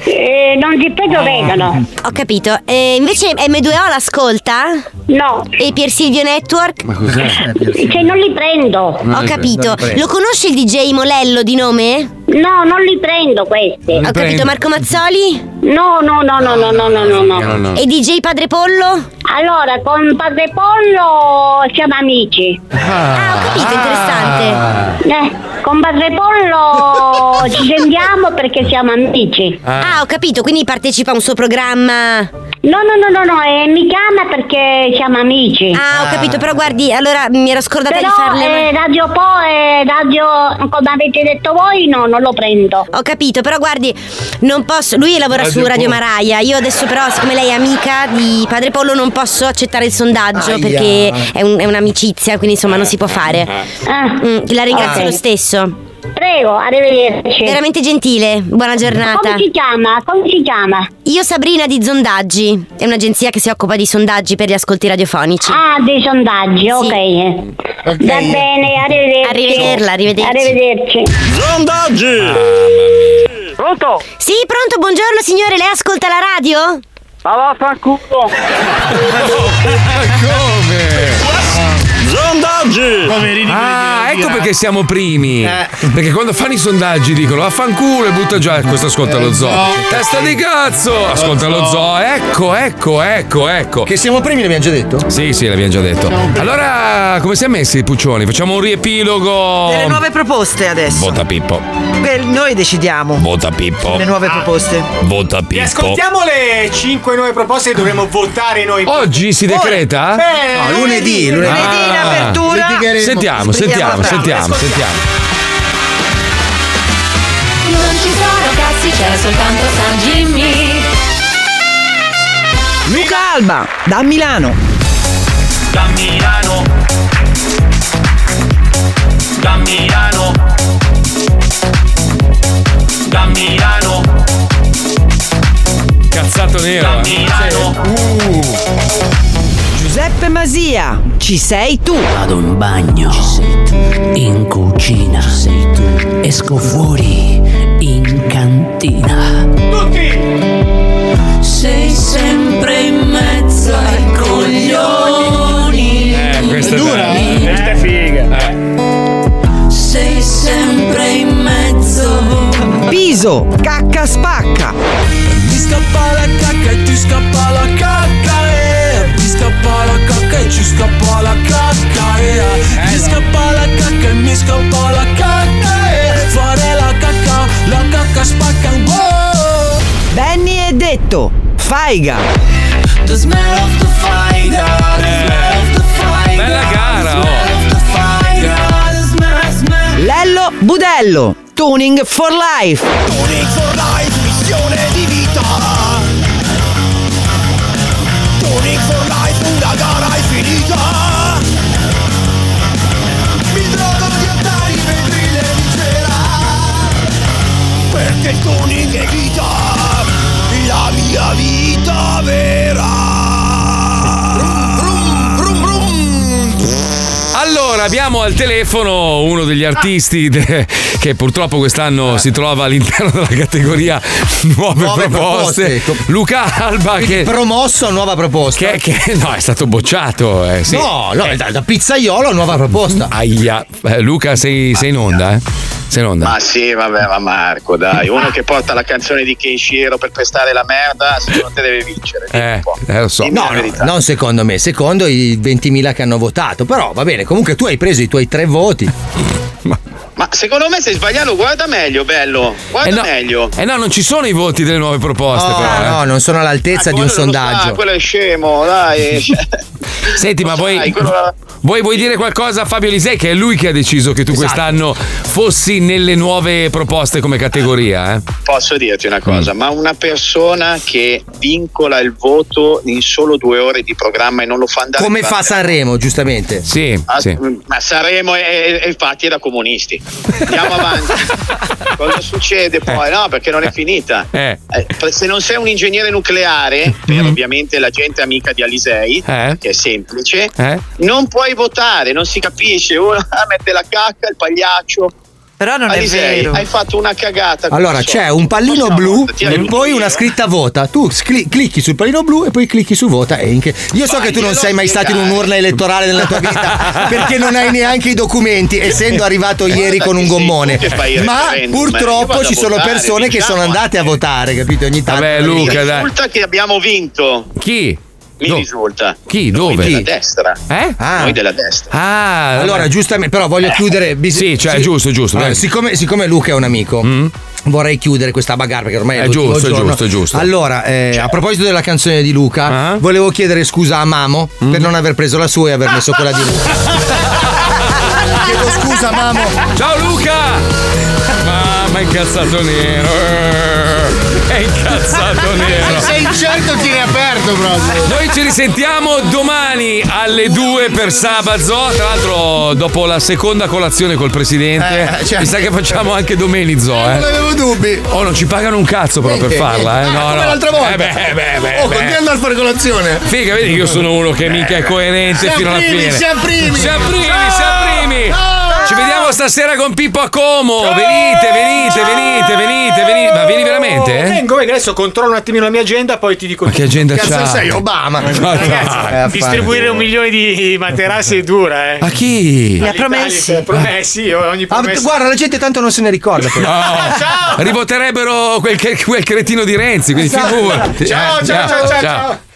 eh, non si vedono. Ho capito. E invece M2O l'ascolta? No. E Pier Silvio Network? Ma cos'è? Cioè, non li prendo. Ho capito. Lo conosce il DJ Molello di nome? No, non li prendo questi. Ho capito, Marco Mazzoli? No, no, no, no, no, no, no, no, No, no. no. E DJ Padre Pollo? Allora, con Padre Pollo siamo amici. Ah, ho capito, interessante. Eh, con Padre Pollo ci sentiamo perché siamo amici. Ah, ho capito, quindi partecipa a un suo programma. No, no, no, no, no, eh, mi chiama perché siamo amici. Ah, ho capito, però guardi, allora mi ero scordata Però, di farle. eh, radio po' e radio, come avete detto voi, no, non lo prendo. Ho capito, però guardi, non posso. Lui lavora Radio su Radio Polo. Maraia. Io adesso, però, siccome lei è amica di Padre Pollo, non posso accettare il sondaggio Aia. perché è, un- è un'amicizia, quindi insomma non si può fare. Ah. Mm, la ringrazio Ok. lo stesso. ah. Prego, arrivederci. Veramente gentile, buona giornata. Come si chiama? Come si chiama? Io Sabrina di Zondaggi, è un'agenzia che si occupa di sondaggi per gli ascolti radiofonici. Ah, dei sondaggi, ok. Va bene, arrivederci. Arrivederla, arrivederci. Arrivederci. Sondaggi! Ah, Pronto? Sì, pronto, buongiorno signore, lei ascolta la radio? Ma vaffanculo! Sondaggi! Ah, ecco perché siamo primi. Perché quando fanno i sondaggi dicono affanculo e butta già questo ascolta lo zoo. Testa di cazzo! Ascolta lo zoo. Ecco, ecco, ecco, ecco. Che siamo primi l'abbiamo già detto? Sì, sì, l'abbiamo già detto. Allora, come si è messi i puccioni? Facciamo un riepilogo. Delle nuove proposte adesso. Oh. Vota Pippo. Beh, noi decidiamo. Vota Pippo. Le nuove proposte. Vota Pippo. Ascoltiamo le 5 nuove proposte che dovremmo votare noi. Oggi si decreta? Beh, Ah. lunedì in apertura. Sentiamo, Sbrighiamo Ah. sentiamo, la sentiamo, sentiamo. Non ci sono cazzi, c'è soltanto San Jimmy. Luca Alba, da Milano. Da Milano. Da Milano. Da Milano. Cazzato nero. eh. Giuseppe Masia, ci sei tu. Vado in bagno. In cucina. sei tu. Esco fuori. In cantina. Tutti! Sei sempre in mezzo ai coglioni. Eh, questa è dura. Questa è Eh. figa. Sei sempre in mezzo. Piso, cacca spacca. Ti scappa la cacca e ti scappa la cacca. eh. Ti scappa la cacca e ci scappa la cacca. eh. Ti scappa la cacca e mi scappa la cacca. eh. Fare la cacca, la cacca spacca. Wow. Benny è detto, faiga. The smell of the fighter. The smell of the fighter. Bella gara, oh. The smell of the fighter. The smell, smell. Lello Budello, Tuning for Life. Tuning for life, missione di vita. Tuning for life, una gara è finita. Mi trovo di andare in vetrile di cera. Perché il tuning è vita, la mia vita vera. Allora, abbiamo al telefono uno degli artisti de- che purtroppo quest'anno si trova all'interno della categoria Nuove, Eh. Nuove proposte. Luca Alba che promosso a nuova proposta. Che, che- no, è stato bocciato. eh, sì. No, no, da, da pizzaiolo a nuova proposta. Aia, Eh, Luca sei, sei in onda, eh? Sei in onda. Ma sì, vabbè, ma Marco, dai, uno che porta la canzone di Keishiro per pestare la merda, secondo te deve vincere. Eh, lo so. No, no, non secondo me, secondo i 20.000 che hanno votato. Però va bene, comunque tu hai preso i tuoi tre voti. Ma secondo me stai sbagliando, guarda meglio, bello. Guarda Eh no, meglio. eh no, non ci sono i voti delle nuove proposte. No, però, eh. no, non sono all'altezza di un Ah, sondaggio. quello è scemo, dai. Cioè, Senti, ma vuoi, vuoi, vuoi dire qualcosa a Fabio Lisei? Che è lui che ha deciso che tu Esatto. quest'anno fossi nelle nuove proposte come categoria. Eh? Posso dirti una cosa, ma una persona che vincola il voto in solo due ore di programma e non lo fa andare Come in fa radio- Sanremo, giustamente. Sì, Ah, Ma Sanremo è, è infatti da comunisti. Andiamo avanti. Cosa succede poi? No, perché non è finita. Eh. Eh, Se non sei un ingegnere nucleare, per ovviamente la gente amica di Alisei, Mhm. Eh. che è semplice, Eh? non puoi votare, non si capisce. Uno ah, mette la cacca, il pagliaccio. Però non è vero. Hai fatto una cagata. Allora c'è un pallino blu e aiuto poi una scritta vota. Tu scli- clicchi sul pallino blu e poi clicchi su vota. E anche- Io so che tu non sei mai stato in un'urna elettorale nella tua vita perché non hai neanche i documenti, essendo arrivato ieri con un gommone. che fai il Ma referendum, eh, io purtroppo vado ci a sono votare, diciamo, eh. persone che sono andate a votare, capito? Ogni tanto. Mi risulta che abbiamo vinto. Chi? Mi risulta. Chi? Noi Dove? della destra. Eh? Noi della destra. Ah, Ah. allora, vabbè. giustamente, però voglio Eh. chiudere. bis- Sì, cioè, sì. giusto, giusto, Allora, dai. siccome, siccome Luca è un amico, vorrei chiudere questa bagarre perché ormai è, Mm. È l'ultimo giusto, è giorno. giusto, è giusto. Ah. Allora, eh, Cioè. a proposito della canzone di Luca, volevo chiedere scusa a Mamo Mm. per non aver preso la sua e aver messo quella di Luca. Ah. Chiedo scusa, Mamo. Ciao Luca! Mamma, è incazzato nero. eh, È incazzato nero. Sei incerto chi ne ha aperto proprio. Noi ci risentiamo domani alle 2 per Sabazzo. Tra l'altro, dopo la seconda colazione col presidente, Eh, certo. mi sa che facciamo anche domenico. Non Eh. avevo dubbi. Oh, non ci pagano un cazzo però per Niente, farla, eh. niente. No, Ah, come no. l'altra volta. Eh beh, beh, beh, oh, beh. continua a andare a fare colazione. Eh, Figa, vedi che io sono uno che mica è coerente Siamo fino alla primi, fine. siamo primi. Siamo primi, No! siamo primi. Ci vediamo stasera con Pippo a Como. Venite, venite, venite, venite, venite. Ma vieni veramente? eh? Oh, Vengo, vengo, adesso controllo un attimino la mia agenda, poi ti dico. Ma che agenda Cazzo c'ha? sei, Obama? Ma Ragazzi, eh, dai. distribuire un milione di materassi è dura, eh. A chi? All'Italia, eh, Promessi, io ogni Ah, promessa. guarda, la gente tanto non se ne ricorda. però. Rivoterebbero quel, che- quel cretino di Renzi, quindi Esatto. figurati. Eh, Ciao, ciao, ciao, ciao, ciao.